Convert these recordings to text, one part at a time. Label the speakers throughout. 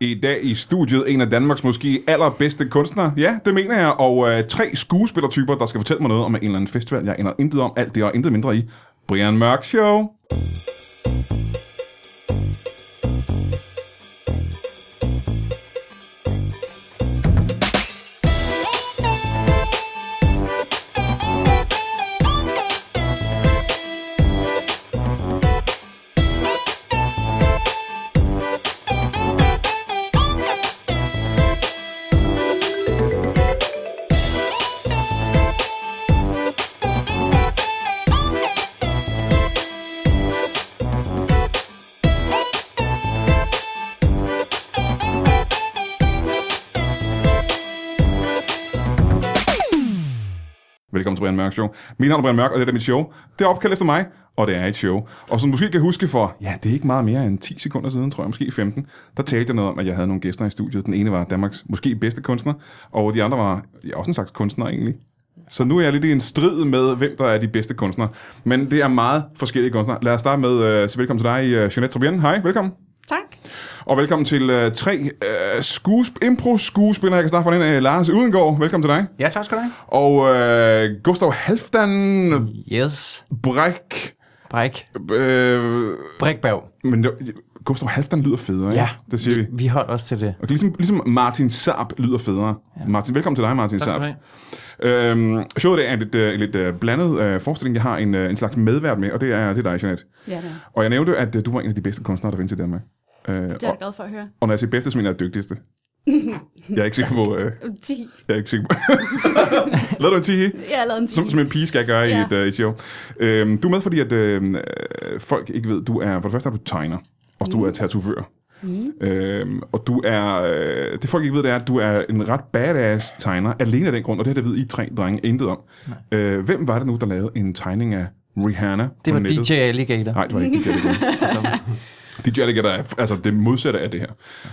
Speaker 1: I dag i studiet en af Danmarks måske allerbedste kunstnere. Ja, det mener jeg. Og øh, tre skuespillertyper, der skal fortælle mig noget om en eller anden festival, jeg ender intet om. Alt det og intet mindre i Brian Mørk Show. Velkommen til Brian Mørk Show. Mit navn er Brian Mørk, og det er mit show. Det er opkaldt efter mig, og det er et show. Og som du måske kan huske for, ja, det er ikke meget mere end 10 sekunder siden, tror jeg, måske 15, der talte jeg noget om, at jeg havde nogle gæster i studiet. Den ene var Danmarks måske bedste kunstner, og de andre var ja, også en slags kunstner egentlig. Så nu er jeg lidt i en strid med, hvem der er de bedste kunstnere. Men det er meget forskellige kunstnere. Lad os starte med at uh, sige velkommen til dig, uh, Jeanette Tribien. Hej, velkommen.
Speaker 2: Tak.
Speaker 1: Og velkommen til uh, tre uh, skuesp- impro-skuespillere. Jeg kan starte for den uh, Lars Udengård. Velkommen til dig.
Speaker 3: Ja, tak skal du have.
Speaker 1: Og øh, Gustav Halfdan
Speaker 3: Yes.
Speaker 1: Bræk...
Speaker 3: Bræk.
Speaker 1: Øh,
Speaker 3: Brækberg.
Speaker 1: men det, Gustav Halfdan lyder federe, ikke?
Speaker 3: Ja.
Speaker 1: Det siger vi.
Speaker 3: Vi holdt også til det.
Speaker 1: Og ligesom, ligesom Martin Saab lyder federe. Ja. Martin, velkommen til dig, Martin
Speaker 3: Tak skal
Speaker 1: Saab.
Speaker 3: du have.
Speaker 1: Øhm, showet i dag er en lidt, øh, en lidt øh, blandet øh, forestilling. Jeg har en, øh, en slags medvært med, og det er, det er dig, Jeanette.
Speaker 2: Ja, det er
Speaker 1: Og jeg nævnte, at øh, du var en af de bedste kunstnere, der findes i Danmark. Øh,
Speaker 2: det er jeg
Speaker 1: og,
Speaker 2: glad for at høre.
Speaker 1: og når jeg siger bedste, så mener jeg dygtigste. jeg er ikke sikker på... Øh,
Speaker 2: Um, 10.
Speaker 1: jeg er ikke sikker på... Lad du en tige?
Speaker 2: Jeg har lavet en 10.
Speaker 1: Som, som en pige skal gøre ja. i
Speaker 2: Ja.
Speaker 1: et, øh, et show. Øhm, du er med, fordi at, øh, folk ikke ved, du er for det første er du tegner, og du er tatovør. Mm. Øhm, og du er, øh, det folk ikke ved, det er, at du er en ret badass tegner, alene af den grund, og det her, det ved I tre drenge intet om. Øh, hvem var det nu, der lavede en tegning af Rihanna
Speaker 3: Det
Speaker 1: på
Speaker 3: var
Speaker 1: nettet?
Speaker 3: DJ Alligator.
Speaker 1: Nej, det var ikke DJ Alligator.
Speaker 3: Altså,
Speaker 1: DJ Alligator er f- altså det modsatte af det her.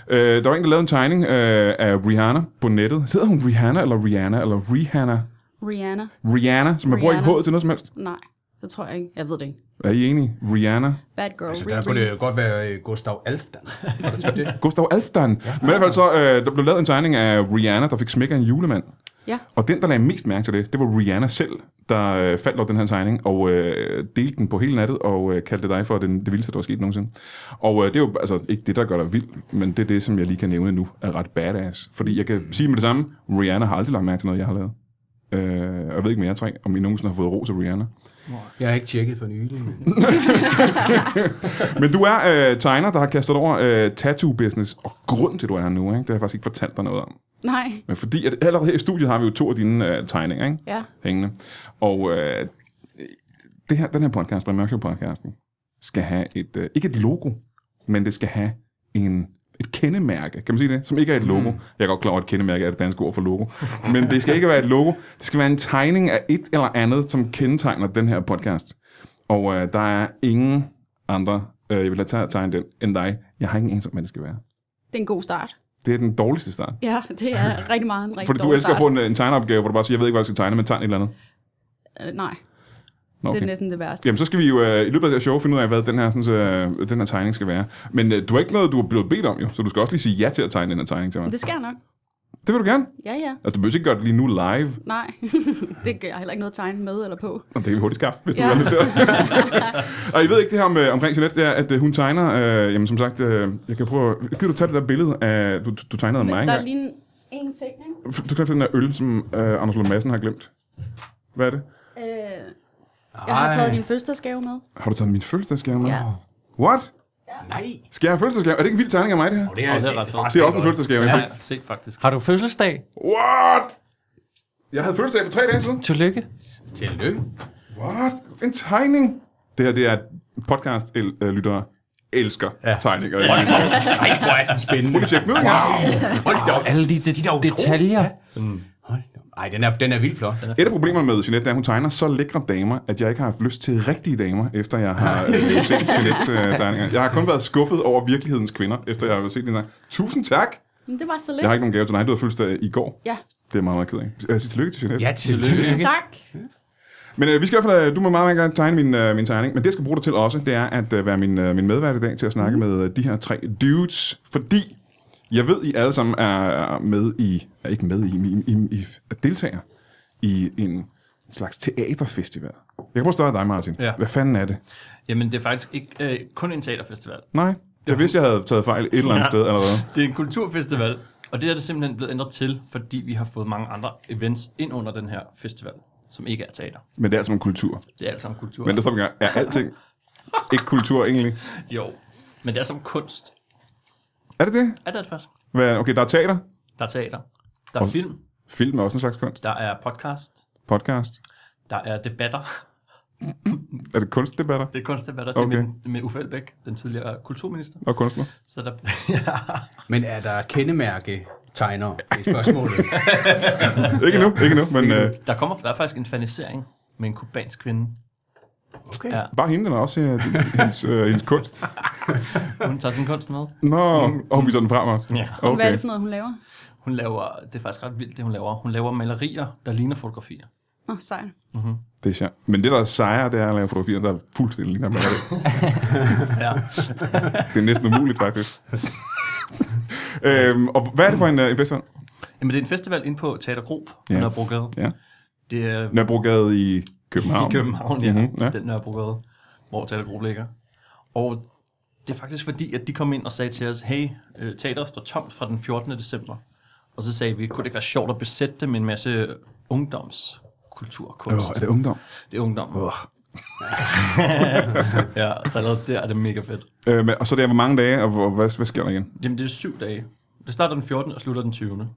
Speaker 1: Øh, der var en, der lavede en tegning øh, af Rihanna på nettet. Hedder hun Rihanna eller Rihanna eller Rihanna?
Speaker 2: Rihanna.
Speaker 1: Rihanna, som man bruger ikke
Speaker 2: Rihanna.
Speaker 1: H'et til noget som helst.
Speaker 2: Nej, det tror jeg ikke. Jeg ved det ikke.
Speaker 1: Er I enige? Rihanna.
Speaker 2: Bad girl.
Speaker 4: Altså,
Speaker 2: Riri.
Speaker 4: der kunne det jo godt være øh, Gustav Alfdan. Var det så det?
Speaker 1: Gustav Alfdan. Ja. Men i hvert fald så, øh, der blev lavet en tegning af Rihanna, der fik smæk af en julemand.
Speaker 2: Ja,
Speaker 1: Og den, der lagde mest mærke til det, det var Rihanna selv, der øh, faldt over den her tegning og øh, delte den på hele nattet og øh, kaldte dig for den, det vildeste, der var sket nogensinde. Og øh, det er jo altså ikke det, der gør dig vild, men det er det, som jeg lige kan nævne nu, er ret badass. Fordi jeg kan sige med det samme, Rihanna har aldrig lagt mærke til noget, jeg har lavet. Øh, og jeg ved ikke med jer tre, om I nogensinde har fået ros af Rihanna.
Speaker 4: Jeg har ikke tjekket for nylig. men-
Speaker 1: Men du er øh, tegner, der har kastet over øh, tattoo-business, og grund til, at du er her nu, ikke? det har jeg faktisk ikke fortalt dig noget om.
Speaker 2: nej.
Speaker 1: Men fordi, at allerede her i studiet har vi jo to af dine øh, tegninger, ikke?
Speaker 2: Ja,
Speaker 1: Hængende. Og øh, det her, den her podcast, Brian Mørk Show podcasten, skal have et, øh, ikke et logo, men det skal have en, et kendemærke, kan man sige det? Som
Speaker 2: Mm.
Speaker 1: ikke er et logo. Jeg er godt klar over, at kendemærke er det danske ord for logo. Men det skal ikke være et logo. Det skal være en tegning af et eller andet, som kendetegner den her podcast. Og øh, der er ingen andre, øh, jeg vil have taget at tegne den, end dig. Jeg har ingen anelse om, hvad det skal være.
Speaker 2: det er en god start.
Speaker 1: Det er den dårligste start.
Speaker 2: Ja, det er rigtig meget en rigtig
Speaker 1: Ah. Fordi du
Speaker 2: dårlig
Speaker 1: elsker at
Speaker 2: start.
Speaker 1: få en, en tegneopgave, hvor du bare siger, jeg ved ikke, hvad jeg skal tegne, men tegn et eller andet.
Speaker 2: Øh, Nej,
Speaker 1: Nå,
Speaker 2: det
Speaker 1: okay.
Speaker 2: er næsten det værste.
Speaker 1: Jamen, så skal vi jo øh, i løbet af det her show finde ud af, hvad den her, sådan, så, øh, den her tegning skal være. Men øh, du har ikke noget, du er blevet bedt om jo, så du skal også lige sige ja til at tegne den her tegning til mig.
Speaker 2: Men
Speaker 1: Det,
Speaker 2: Det sker nok.
Speaker 1: det vil du gerne.
Speaker 2: Ja, ja.
Speaker 1: Altså, du behøver ikke gøre det lige nu live,
Speaker 2: Nej, det gør jeg heller ikke noget at tegne med eller på.
Speaker 1: og det kan vi hurtigt skaffe, hvis ja.
Speaker 2: Ja.
Speaker 1: du har lyst til det. og I ved ikke det her om, øh, omkring Jeanette, det er, at øh, hun tegner, øh, jamen som sagt, øh, jeg kan prøve, at- gider du tage det der billede af, du, du tegnede af mig
Speaker 2: Men der er
Speaker 1: engang?
Speaker 2: lige en, en ting, ikke?
Speaker 1: F- Du kan få den der øl, som øh, Anders Lund Madsen har glemt. Hvad er det?
Speaker 2: Øh, jeg har taget din fødselsdagsgave med.
Speaker 1: Har du taget min fødselsdagsgave med?
Speaker 2: Ja.
Speaker 1: What?
Speaker 4: Nej.
Speaker 1: Skal jeg have fødselsdagsgave? Er det ikke en vild tegning af mig, det her?
Speaker 4: Det
Speaker 5: Åh, det er ret fedt.
Speaker 1: Det er også en fødselsdagsgave, jeg fik.
Speaker 5: Ja, sikkert faktisk.
Speaker 3: har du fødselsdag?
Speaker 1: What? Jeg havde fødselsdag for tre dage siden.
Speaker 3: Tillykke.
Speaker 4: Tillykke.
Speaker 1: What? En tegning? Det her, det er et podcast, el- øh, lyttere elsker ja. tegninger. Ja.
Speaker 4: Nej, hvor er den spændende.
Speaker 1: Prøv lige at tjekke den ud en gang.
Speaker 4: Hold da op.
Speaker 3: Alle de, de,
Speaker 4: De der utrolige.
Speaker 3: detaljer.
Speaker 4: Hold da op. Ej, den er, den er vildt flot.
Speaker 1: Et af problemerne med Jeanette, det er, at hun tegner så lækre damer, at jeg ikke har haft lyst til rigtige damer, efter jeg har øh, set Jeanettes øh, tegninger. Jeg har kun været skuffet over virkelighedens kvinder, efter jeg har set den her. Tusind tak!
Speaker 2: Men det var så lidt.
Speaker 1: Jeg har ikke nogen gave til dig, du havde fødselsdag i går.
Speaker 2: Ja,
Speaker 1: Det er jeg meget, meget ked af. Jeg siger tillykke til Jeanette.
Speaker 4: Ja, tillykke.
Speaker 2: tak.
Speaker 1: Men øh, vi skal i hvert fald, øh, du må meget, meget gerne tegne min, øh, min tegning, men det jeg skal bruge dig til
Speaker 5: Mhm.
Speaker 1: også, det er at øh, være min, øh, min medvært i dag til at snakke mm. med øh, de her tre dudes, fordi Jeg ved, I alle sammen er med i, er ikke med i, men I, I, I er deltager i en slags teaterfestival. Jeg kan prøve at starte dig, Martin.
Speaker 5: Ja.
Speaker 1: Hvad fanden er det?
Speaker 5: Jamen, det er faktisk ikke øh, kun en teaterfestival.
Speaker 1: Nej, jeg vidste, jeg havde taget fejl et eller andet
Speaker 5: Ja.
Speaker 1: sted allerede.
Speaker 5: Det er en kulturfestival, og det er det simpelthen blevet ændret til, fordi vi har fået mange andre events ind under den her festival, som ikke er teater.
Speaker 1: Men det er altså en kultur.
Speaker 5: Det er alt sammen kultur.
Speaker 1: Men der står en gang, er alting ikke kultur egentlig?
Speaker 5: Jo, men det er som kunst.
Speaker 1: Er det det?
Speaker 5: Er det faktisk?
Speaker 1: Hvad, okay, der er teater.
Speaker 5: Der er teater, der er film,
Speaker 1: Film er også en slags kunst.
Speaker 5: der er podcast,
Speaker 1: Podcast.
Speaker 5: der er debatter.
Speaker 1: Er det kunstdebatter
Speaker 5: Det er kunstdebatter
Speaker 1: Okay.
Speaker 5: okay. det er med, med Uffe Elbæk, den tidligere kulturminister.
Speaker 1: og kunstner?
Speaker 5: Så der, ja.
Speaker 4: Men er der kendemærke tegner i spørgsmålet?
Speaker 1: Ikke nu, ikke nu, men øh,
Speaker 5: der kommer der er faktisk en fanisering med en kubansk kvinde.
Speaker 4: Okay.
Speaker 5: Ja.
Speaker 1: bare hende, den er også øh, hendes, øh, hendes kunst.
Speaker 5: Hun tager sin kunst med.
Speaker 1: Nå, og hun viser den frem også.
Speaker 5: Mm. Ja.
Speaker 2: Okay. Hvad er
Speaker 1: Okay.
Speaker 2: det for noget, hun laver?
Speaker 5: Hun laver, det er faktisk ret vildt, det hun laver. Hun laver malerier, der ligner fotografier.
Speaker 2: Nå, sejt.
Speaker 1: Det er sjovt. Men det, der er sejere, det er at lave fotografier, der er fuldstændig ligner med det.
Speaker 5: Ja.
Speaker 1: Det er næsten umuligt, faktisk. øhm, og hvad er det for en, øh, en festival?
Speaker 5: Jamen, det er en festival inde på Teater Grob,
Speaker 1: Ja.
Speaker 5: ja. Nørrebrogade.
Speaker 1: Ja.
Speaker 5: Det er
Speaker 1: Nørrebrogade i København.
Speaker 5: i København, ja.
Speaker 1: Mhm,
Speaker 5: Mm-hmm,
Speaker 1: ja.
Speaker 5: ja. Den Nørrebrogade, hvor Teater Grob ligger. Og det er faktisk fordi, at de kom ind og sagde til os, hey, øh, teateret står tomt fra den 14. december. Og så sagde vi, kunne det ikke være sjovt at besætte det med en masse ungdomskultur og kunst?
Speaker 1: Åh, er det ungdom?
Speaker 5: Det er ungdom.
Speaker 1: Åh.
Speaker 5: Ja, så allerede der er det mega fedt.
Speaker 1: Øh, men, og så er det hvor mange dage, og hvor, hvad, hvad sker der igen?
Speaker 5: Jamen, det er syv dage. Det starter den 14. og slutter den 20. Og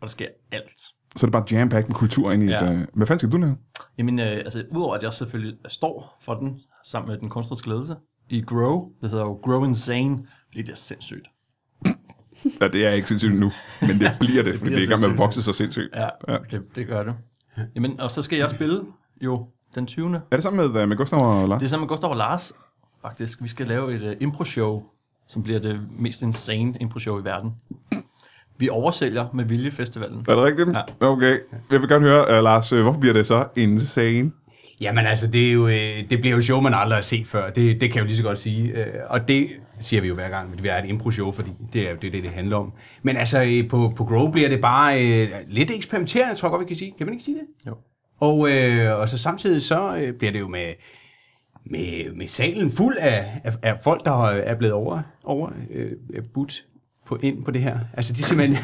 Speaker 5: der sker alt.
Speaker 1: Så er det bare jam-packed med kultur ind i ja.
Speaker 5: Ja.
Speaker 1: et... Øh, hvad fanden skal du lave?
Speaker 5: Jamen, øh, altså, udover at jeg selvfølgelig står for den, sammen med den kunstneriske ledelse, i Grow, det hedder jo Grow Insane, fordi det er sindssygt.
Speaker 1: Ja, det er ikke sindssygt nu, men det bliver det, fordi det
Speaker 5: bliver
Speaker 1: er i gang med at
Speaker 5: sindssygt.
Speaker 1: vokse så sindssygt.
Speaker 5: Ja, ja. Det, det gør det. Jamen, og så skal jeg spille jo den 20.
Speaker 1: Er det sammen med, øh, med Gustav og Lars?
Speaker 5: Det er sammen med Gustav og Lars, faktisk. Vi skal lave et uh, impro-show, som bliver det mest insane impro-show i verden. Vi oversælger med Viljefestivalen.
Speaker 1: Er det rigtigt? Ja.
Speaker 5: Ja.
Speaker 1: Okay. Jeg vil gerne høre, uh, Lars, øh, hvorfor bliver det så insane?
Speaker 4: Jamen altså, det, er jo, øh, det bliver jo show, man aldrig har set før. Det, det kan jeg jo lige så godt sige. Øh, Og det siger vi jo hver gang, at vi er et impro-show, fordi det er jo det, det, det handler om. Men altså, øh, på, på Grow bliver det bare øh, lidt eksperimenterende, tror jeg godt, vi kan sige. Kan man ikke sige det?
Speaker 5: Jo.
Speaker 4: Og, øh, og så samtidig så øh, bliver det jo med, med, med salen fuld af, af, af folk, der har- er blevet over, over øh, budt på, ind på det her. Altså, de er simpelthen...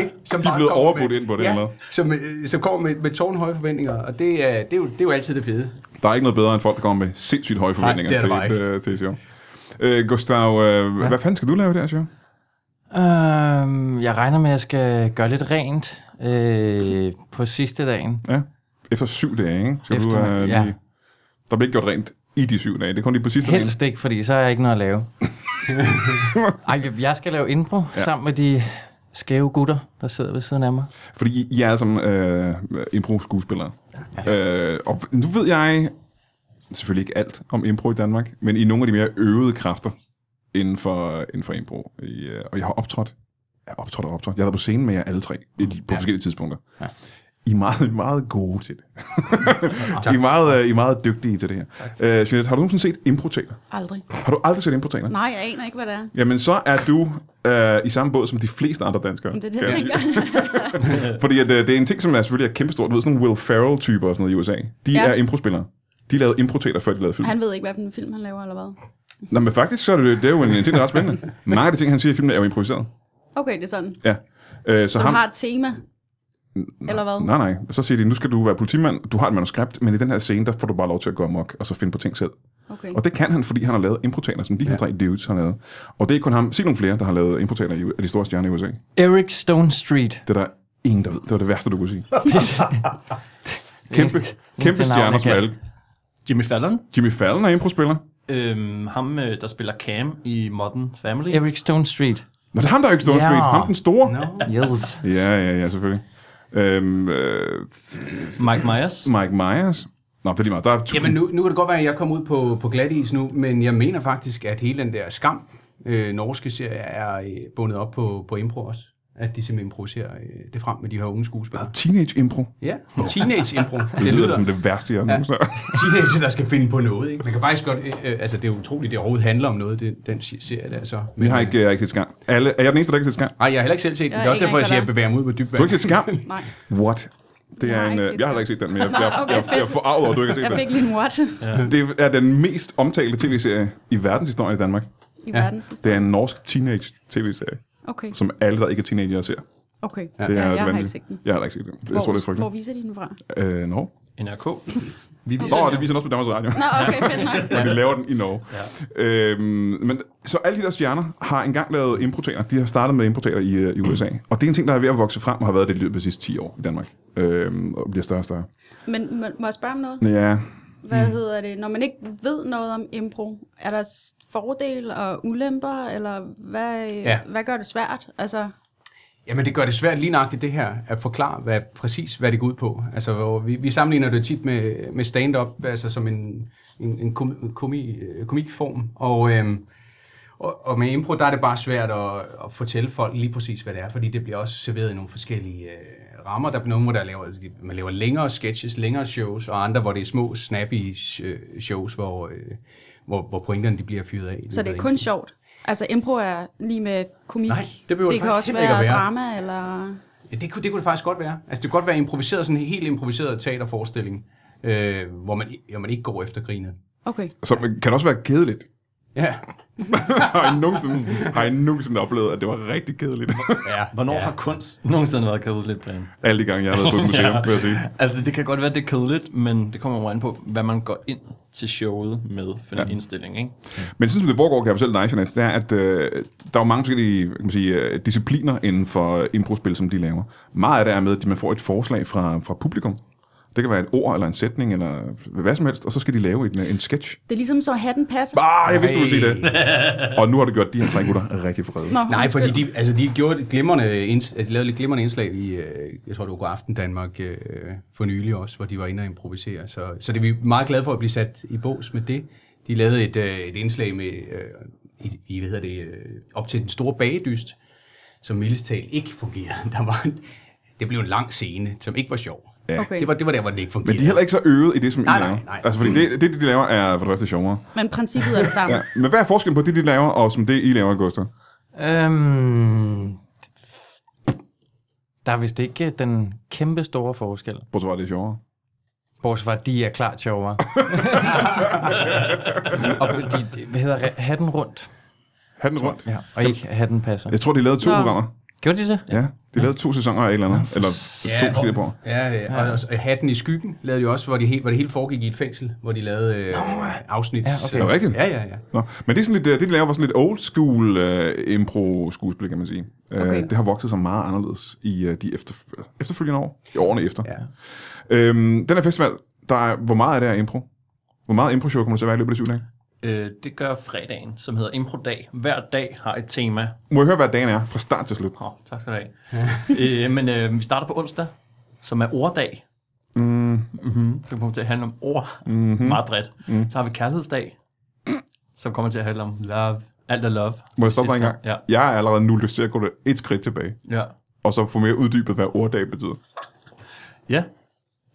Speaker 4: ikke? som
Speaker 1: De er
Speaker 4: bare
Speaker 1: blevet
Speaker 4: kommer
Speaker 1: overbudt ind på det,
Speaker 4: ja,
Speaker 1: eller hvad?
Speaker 4: Som, øh, som kommer med, med tårnhøje forventninger, og det, er, det, er jo, det er jo altid det fede.
Speaker 1: Der er ikke noget bedre end folk, der kommer med sindssygt høje forventninger
Speaker 4: det er der
Speaker 1: til, et, øh, til et show. Øh, Gustav, øh, hvad fanden skal du lave i det her show?
Speaker 3: Øhm, jeg regner med, at jeg skal gøre lidt rent øh, på sidste dagen.
Speaker 1: Ja. Efter syv dage, ikke? Skal du,
Speaker 3: Efter-
Speaker 1: øh,
Speaker 3: ja.
Speaker 1: lige... Der bliver ikke gjort rent i de syv dage. Det er kun lige på sidste dag.
Speaker 3: Helst ikke, fordi så har jeg ikke noget at lave. Ej, jeg- jeg skal lave impro ja. sammen med de skæve gutter, der sidder ved siden af mig.
Speaker 1: Fordi I er alle sammen øh, impro-skuespillere. Ja. Øh, og nu ved jeg selvfølgelig ikke alt om impro i Danmark, men I er nogle af de mere øvede kræfter inden for, inden for impro. I, øh, og jeg har optrådt, jeg har optrådt og optrådt. Jeg har været på scenen med jer alle tre i, på ja. forskellige tidspunkter. Ja. I er meget, meget gode til det. I, er meget, øh, I er meget dygtige til det her. Øh, Jeanette, har du nogensinde set improtaler?
Speaker 2: Aldrig.
Speaker 1: Har du aldrig set improtaler?
Speaker 2: Nej, jeg aner ikke, hvad det er.
Speaker 1: Jamen, så er du øh, i samme båd som de fleste andre danskere.
Speaker 2: Men det er det,
Speaker 1: kan
Speaker 2: jeg
Speaker 1: sige.
Speaker 2: tænker.
Speaker 1: Fordi at, øh, det er en ting, som er selvfølgelig er kæmpestort. Du ved, sådan nogle Will Ferrell-typer og sådan noget i USA. De ja.
Speaker 2: Ja.
Speaker 1: er improspillere. De lavede improteater, før de lavede film.
Speaker 2: Han
Speaker 1: Han...
Speaker 2: ved ikke, hvad for en film han laver, eller hvad?
Speaker 1: Nå, men faktisk så er det, det er jo en, en ting, der er ret spændende. Mange af de ting, han siger i filmen, er jo improviseret.
Speaker 2: Okay, det er sådan.
Speaker 1: Ja. Øh, så,
Speaker 2: Så
Speaker 1: ham...
Speaker 2: har et tema? Eller hvad?
Speaker 1: Nej, nej. Så siger de, nu skal du være politimand, du har et manuskript, men i den her scene, der får du bare lov til at gå amok og så finde på ting selv.
Speaker 2: Okay.
Speaker 1: Og det kan han, fordi han har lavet improtaler, som de her tre dudes har lavet. Og det er kun ham. Se nogle flere, der har lavet improtaler i- af de store stjerner i USA.
Speaker 3: Eric Stone Street.
Speaker 1: Det er der ingen, der ved. Det var det værste, du kunne sige.
Speaker 3: Det
Speaker 1: Kæmpe,
Speaker 3: eneste- det eneste
Speaker 1: kæmpe
Speaker 3: navn,
Speaker 1: stjerner,
Speaker 3: jeg
Speaker 1: som
Speaker 3: kan.
Speaker 1: alle.
Speaker 5: Jimmy Fallon,
Speaker 1: Jimmy Fallon er improspiller.
Speaker 5: øhm, ham øh, der spiller Cam i Modern Family.
Speaker 3: Eric Stone Street.
Speaker 1: Nå, det er ham, der er ikke Stone
Speaker 3: Ja.
Speaker 1: Street. Ham den store. No.
Speaker 3: Yes.
Speaker 1: Ja, ja, ja, selvfølgelig. Øhm, øh,
Speaker 5: Mike Myers.
Speaker 1: Mike Myers. Nå, det er lige meget. Der er tusind.
Speaker 4: Jamen, nu, nu kan det godt være, at jeg kommer ud på, på glat is nu, men jeg mener faktisk, at hele den der skam, øh, norske serie, er øh, bundet op på, på impro også. at de simpelthen improviserer øh, det frem med de her unge skuespillere.
Speaker 1: Ah, Teenage impro.
Speaker 4: Ja, teenage impro.
Speaker 1: Det lyder som det værste, jeg har ja.
Speaker 4: teenager, der skal finde på noget. Ikke? Man kan faktisk godt, øh, øh, altså det er utroligt, det overhovedet handler om noget, det, den si- serie der så.
Speaker 1: Vi har ikke, øh- jeg har ikke set skam. Alle, er jeg den eneste, der ikke har set skam?
Speaker 4: Nej, jeg har heller ikke selv set den.
Speaker 2: Jeg
Speaker 4: Det er også
Speaker 2: aner
Speaker 4: derfor, jeg
Speaker 2: ikke,
Speaker 4: siger, at jeg
Speaker 2: hvad
Speaker 4: bevæger mig ud på dybt
Speaker 1: Du har ikke
Speaker 4: vand.
Speaker 1: set skam?
Speaker 2: Nej.
Speaker 1: What? Det
Speaker 2: Jeg
Speaker 1: er
Speaker 2: har
Speaker 1: en,
Speaker 2: ikke
Speaker 1: øh,
Speaker 2: set
Speaker 1: jeg har heller ikke
Speaker 2: Skam.
Speaker 1: set den, men jeg, jeg,
Speaker 2: Nå, okay,
Speaker 1: jeg, jeg, jeg
Speaker 2: fedt.
Speaker 1: er forarvet over, at du ikke har set
Speaker 2: Jeg
Speaker 1: den.
Speaker 2: fik lige en what ja.
Speaker 1: Det er den mest omtalte tv-serie i verdenshistorien i Danmark.
Speaker 2: i ja. verdens
Speaker 1: Det er en norsk teenage tv-serie,
Speaker 2: Okay,
Speaker 1: som alle, der ikke er teenager, ser.
Speaker 2: okay. Ja,
Speaker 1: Det er
Speaker 2: jeg har
Speaker 1: vanvittigt.
Speaker 2: ikke set den.
Speaker 1: Jeg har heller ikke set den.
Speaker 2: Hvor,
Speaker 1: Jeg tror, det er
Speaker 2: hvor
Speaker 1: frygteligt.
Speaker 2: viser de den fra?
Speaker 1: Øh, Norge?
Speaker 5: NRK. Vi viser
Speaker 1: Nå,
Speaker 5: den
Speaker 1: det
Speaker 5: jo.
Speaker 1: viser den også på Danmarks Radio.
Speaker 2: Nå, okay, fedt nok.
Speaker 1: Men de laver den i Norge. Ja. Øhm, men, så alle de der stjerner har engang lavet importater. De har startet med importater i, øh, i USA. Og det er en ting, der er ved at vokse frem og har været det i løbet af de sidste 10 år i Danmark. Øhm, og bliver større og større.
Speaker 2: Men må, må jeg spørge om noget?
Speaker 1: Ja, Mm.
Speaker 2: Hvad hedder det? Når man ikke ved noget om impro, er der s- fordele og ulemper, eller hvad,
Speaker 4: Ja.
Speaker 2: ja. hvad gør det svært? Altså,
Speaker 4: Jamen det gør det svært lige nøjagtigt det her, at forklare hvad, præcis, hvad det går ud på. Altså hvor vi, vi sammenligner det tit med, med stand-up, altså som en, en, en kom, komi, øh, komikform. Og, øhm, og, og med impro, der er det bare svært at, at fortælle folk lige præcis, hvad det er, fordi det bliver også serveret i nogle forskellige øh, rammer. Der er nogle, hvor der laver, man laver længere sketches, længere shows, og andre, hvor det er små, snappy øh, shows, hvor, øh, hvor, hvor pointerne de bliver fyret af.
Speaker 2: så det er kun sjovt. Altså, impro er lige med komik.
Speaker 4: Nej, det behøver det
Speaker 2: kan
Speaker 4: faktisk
Speaker 2: også
Speaker 4: heller ikke at
Speaker 2: være,
Speaker 4: være.
Speaker 2: drama, eller...
Speaker 4: Ja, det kunne, det kunne det faktisk godt være. Altså, det kunne godt være improviseret, sådan en helt improviseret teaterforestilling, øh, hvor, man, hvor man ikke går efter grinet.
Speaker 2: Okay.
Speaker 1: så kan det også være kedeligt.
Speaker 4: Ja.
Speaker 1: har, I nogensinde, har I nogensinde oplevet, at det var rigtig kedeligt?
Speaker 4: ja.
Speaker 5: Hvornår ja. har kunst nogensinde været kedeligt på en?
Speaker 1: Alle de gange, jeg har været på et museum, vil jeg sige.
Speaker 5: Altså, det kan godt være, det er kedeligt, men det kommer jo an på, hvad man går ind til showet med for ja. en indstilling, ikke?
Speaker 1: Men sådan som det foregår, kan jeg fortælle dig, Jeanette, det er, at øh, der er jo mange forskellige kan man sige, øh, discipliner inden for improspil, som de laver. Meget af det er med, at man får et forslag fra, fra publikum. Det kan være et ord, eller en sætning, eller hvad som helst, og så skal de lave en, øh, en sketch.
Speaker 2: Det er ligesom så hatten passer.
Speaker 1: Ah, jeg vidste, du ville sige det. Og nu har du gjort de her tre gutter rigtig forrede.
Speaker 2: Nå,
Speaker 4: Nej,
Speaker 2: undskyld.
Speaker 4: fordi de, altså, de, gjorde et glimrende inds, altså, de lavede lidt glimrende indslag i, øh, jeg tror det var God Aften Danmark øh, for nylig også, hvor de var inde og improvisere. Så, så det er vi meget glade for at blive sat i bås med det. De lavede et, øh, et indslag med, øh, i, i, hvad hedder det, øh, op til den store bagedyst, som mildest talt ikke fungerede. Der var en, det blev en lang scene, som ikke var sjov.
Speaker 1: Ja.
Speaker 2: Okay.
Speaker 4: Det var, det var der, hvor den ikke fungerede.
Speaker 1: Men de er heller ikke så øvet i det, som I
Speaker 4: Nej, nej,
Speaker 1: laver.
Speaker 4: nej.
Speaker 1: Altså, fordi det, det, de laver, er for det første sjovere.
Speaker 2: Men princippet er det samme.
Speaker 1: Ja. Men hvad er forskellen på det, de laver, og som det, I laver, Gustav?
Speaker 3: Øhm, der er vist ikke den kæmpe store forskel.
Speaker 1: Bortset fra, at det er sjovere.
Speaker 3: Bortset fra, at de er klart sjovere. og de, de hvad hedder det? hatten rundt.
Speaker 1: Ha' den rundt.
Speaker 3: Ja, og ikke hatten passer.
Speaker 1: Jeg tror, de lavede to
Speaker 2: Nå.
Speaker 1: programmer.
Speaker 3: Gjorde de det?
Speaker 1: Ja, de lavede to sæsoner af et eller andet. Eller to forskellige på.
Speaker 4: Ja, ja, og, og Hatten i skyggen lavede de også, hvor, de, he- hvor det hele foregik i et fængsel, hvor de lavede øh, afsnit.
Speaker 3: Ja, okay.
Speaker 1: Er det rigtigt?
Speaker 4: Ja, ja, ja.
Speaker 1: Nå. Men det, er sådan lidt, øh, det, de laver, var sådan lidt old school uh, impro-skuespil, kan man sige. Uh, okay.
Speaker 2: Okay.
Speaker 1: Det har vokset sig meget anderledes i uh, de efterf- efterfølgende år, i årene efter.
Speaker 4: Ja.
Speaker 1: Ja. Øhm, den her festival, der er, hvor meget af det er impro? Hvor meget impro-show kommer der til at være i løbet af de syv dage?
Speaker 5: Øh, det gør fredagen, som hedder Improdag. Hver dag har et tema.
Speaker 1: Må jeg høre, hvad dagen er fra start til slut?
Speaker 5: Oh, tak skal du have. øh, men øh, vi starter på onsdag, som er orddag.
Speaker 1: Mm,
Speaker 5: Mm-hmm. Så kommer det til at handle om ord.
Speaker 1: mm-hmm.
Speaker 5: Meget bredt. Mm. Så har vi kærlighedsdag, som kommer til at handle om love. Alt er love.
Speaker 1: Må jeg stoppe dig en
Speaker 5: Sidste
Speaker 1: gang?
Speaker 5: gang, ja.
Speaker 1: Jeg er allerede nu lyst til at gå et skridt tilbage,
Speaker 5: Ja.
Speaker 1: og så få mere uddybet, hvad orddag betyder.
Speaker 5: Ja,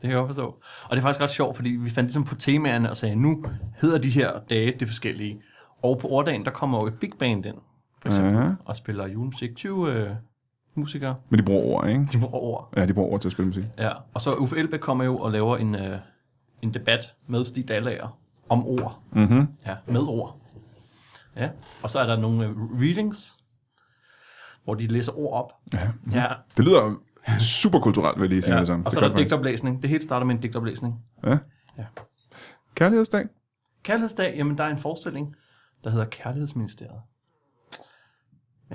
Speaker 5: det kan jeg godt forstå. Og det er faktisk ret sjovt, fordi vi fandt ligesom på temaerne og sagde, nu hedder de her dage det forskellige. Og på orddagen, der kommer jo et big band ind, for eksempel,
Speaker 1: Ja.
Speaker 5: og spiller julemusik. 20 øh, musikere,
Speaker 1: Men de bruger ord, ikke?
Speaker 5: de bruger ord.
Speaker 1: Ja, de bruger ord til at spille musik.
Speaker 5: Ja. Og så Uffe Elbæk kommer jo og laver en, øh, en debat med Stig Dallager om ord.
Speaker 1: Mm-hmm.
Speaker 5: Ja, med ord. Ja. Og så er der nogle øh, readings, hvor de læser ord op.
Speaker 1: Ja.
Speaker 5: Ja,
Speaker 1: Det lyder superkulturelt, vil jeg lige sige ja. Mhm. det sammen.
Speaker 5: og så er der digtoplæsning. Det hele starter med en digtoplæsning.
Speaker 1: Ja. ja.
Speaker 5: Ja.
Speaker 1: Kærlighedsdag.
Speaker 5: Kærlighedsdag, jamen der er en forestilling, der hedder Kærlighedsministeriet.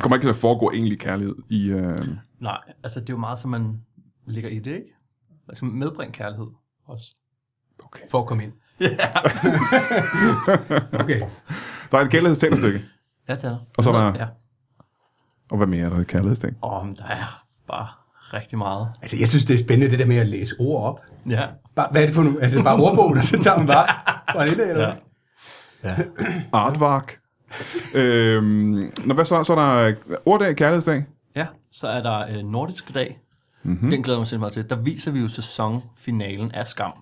Speaker 1: Kommer ikke til at foregå egentlig kærlighed i... Øh...
Speaker 5: Nej, altså det er jo meget, som man ligger i det, ikke? Altså medbring kærlighed også.
Speaker 4: For at komme ind. okay.
Speaker 1: Der er et kærlighedsteaterstykke.
Speaker 5: Ja, det er der.
Speaker 1: Og så er der-
Speaker 5: Ja.
Speaker 1: Og hvad mere er der i kærlighedsdag?
Speaker 5: Åh, men der er bare rigtig meget.
Speaker 4: Altså, jeg synes, det er spændende, det der med at læse ord op.
Speaker 5: Ja.
Speaker 4: Bare, hvad er det for nu? Altså, bare ordbogen, og så tager man bare, bare det der, eller
Speaker 5: Ja.
Speaker 4: hvad?
Speaker 5: ja.
Speaker 1: Artvark. øhm, nå, hvad så? Så er der øh, orddag, kærlighedsdag.
Speaker 5: Ja, så er der øh, Nordisk Dag.
Speaker 1: Mhm.
Speaker 5: Mm-hmm. Den glæder jeg mig selv meget til. Der viser vi jo sæsonfinalen af Skam.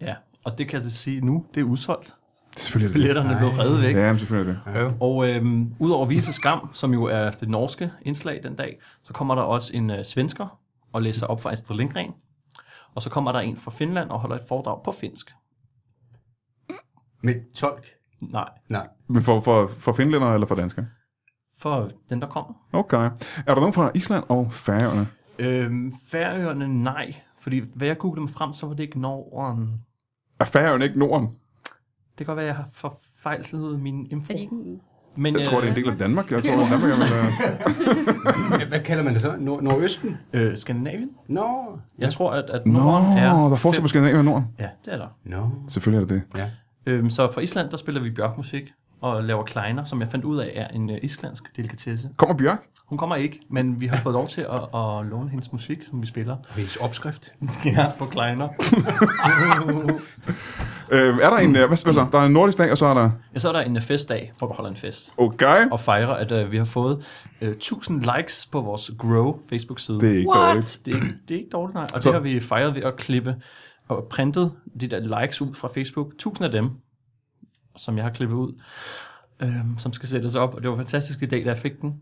Speaker 5: Ja, og det kan jeg så sige nu, det er udsolgt.
Speaker 1: Selvfølgelig er det
Speaker 5: Billetterne blev reddet væk.
Speaker 1: det. Ja, men selvfølgelig er det. det.
Speaker 5: Og øhm, udover at vise Skam, som jo er det norske indslag den dag, så kommer der også en øh, svensker og læser op fra Astrid Lindgren. Og så kommer der en fra Finland og holder et foredrag på finsk.
Speaker 4: Med tolk?
Speaker 5: Nej,
Speaker 4: Nej.
Speaker 1: Men for, for, for finlændere eller for danskere?
Speaker 5: for den der kommer.
Speaker 1: Okay. Er der nogen fra Island og Færøerne?
Speaker 5: Øhm, Færøerne, nej. Fordi hvad jeg googlede mig frem, så var det ikke Norden.
Speaker 1: Er Færøerne ikke Norden?
Speaker 5: Det kan godt være, jeg har forfejlet min info.
Speaker 2: Er de ikke en-
Speaker 5: Men,
Speaker 1: Jeg tror, det er en del af Danmark. Jeg tror, at Danmark er med.
Speaker 4: Hvad- Hvad kalder man det så? Nord- Nordøsten?
Speaker 5: øh, Skandinavien?
Speaker 4: Nå.
Speaker 5: Jeg tror, at, at
Speaker 1: Nå,
Speaker 5: Norden er...
Speaker 1: der er forskel på
Speaker 5: fem-
Speaker 1: Skandinavien og Norden.
Speaker 5: Ja, det er der.
Speaker 4: Nå.
Speaker 1: Selvfølgelig er det det.
Speaker 4: Ja.
Speaker 5: Øhm, så fra Island, der spiller vi bjørkmusik og laver kleiner, som jeg fandt ud af er en øh, islandsk delikatesse.
Speaker 1: Kommer Bjørk?
Speaker 5: Hun kommer ikke, men vi har fået lov til at, at låne hendes musik, som vi spiller
Speaker 4: Hendes opskrift.
Speaker 5: ja. på kleiner.
Speaker 1: Øh, er der en, øh, hvad, hvad så? Der er en nordisk dag, og så er der...
Speaker 5: Ja, så er der en øh, festdag, hvor vi holder en fest
Speaker 1: Okay.
Speaker 5: og fejrer, at øh, vi har fået øh, 1000 likes på vores Grow Facebook-side.
Speaker 1: Det er ikke
Speaker 2: What?
Speaker 1: dårligt.
Speaker 5: Det er ikke, det er ikke dårligt, nej. Og
Speaker 1: Så-
Speaker 5: det har vi fejret ved at klippe og printet de der likes ud fra Facebook. Tusind af dem, som jeg har klippet ud, øhm, som skal sættes op. Og det var en fantastisk idé, da jeg fik den.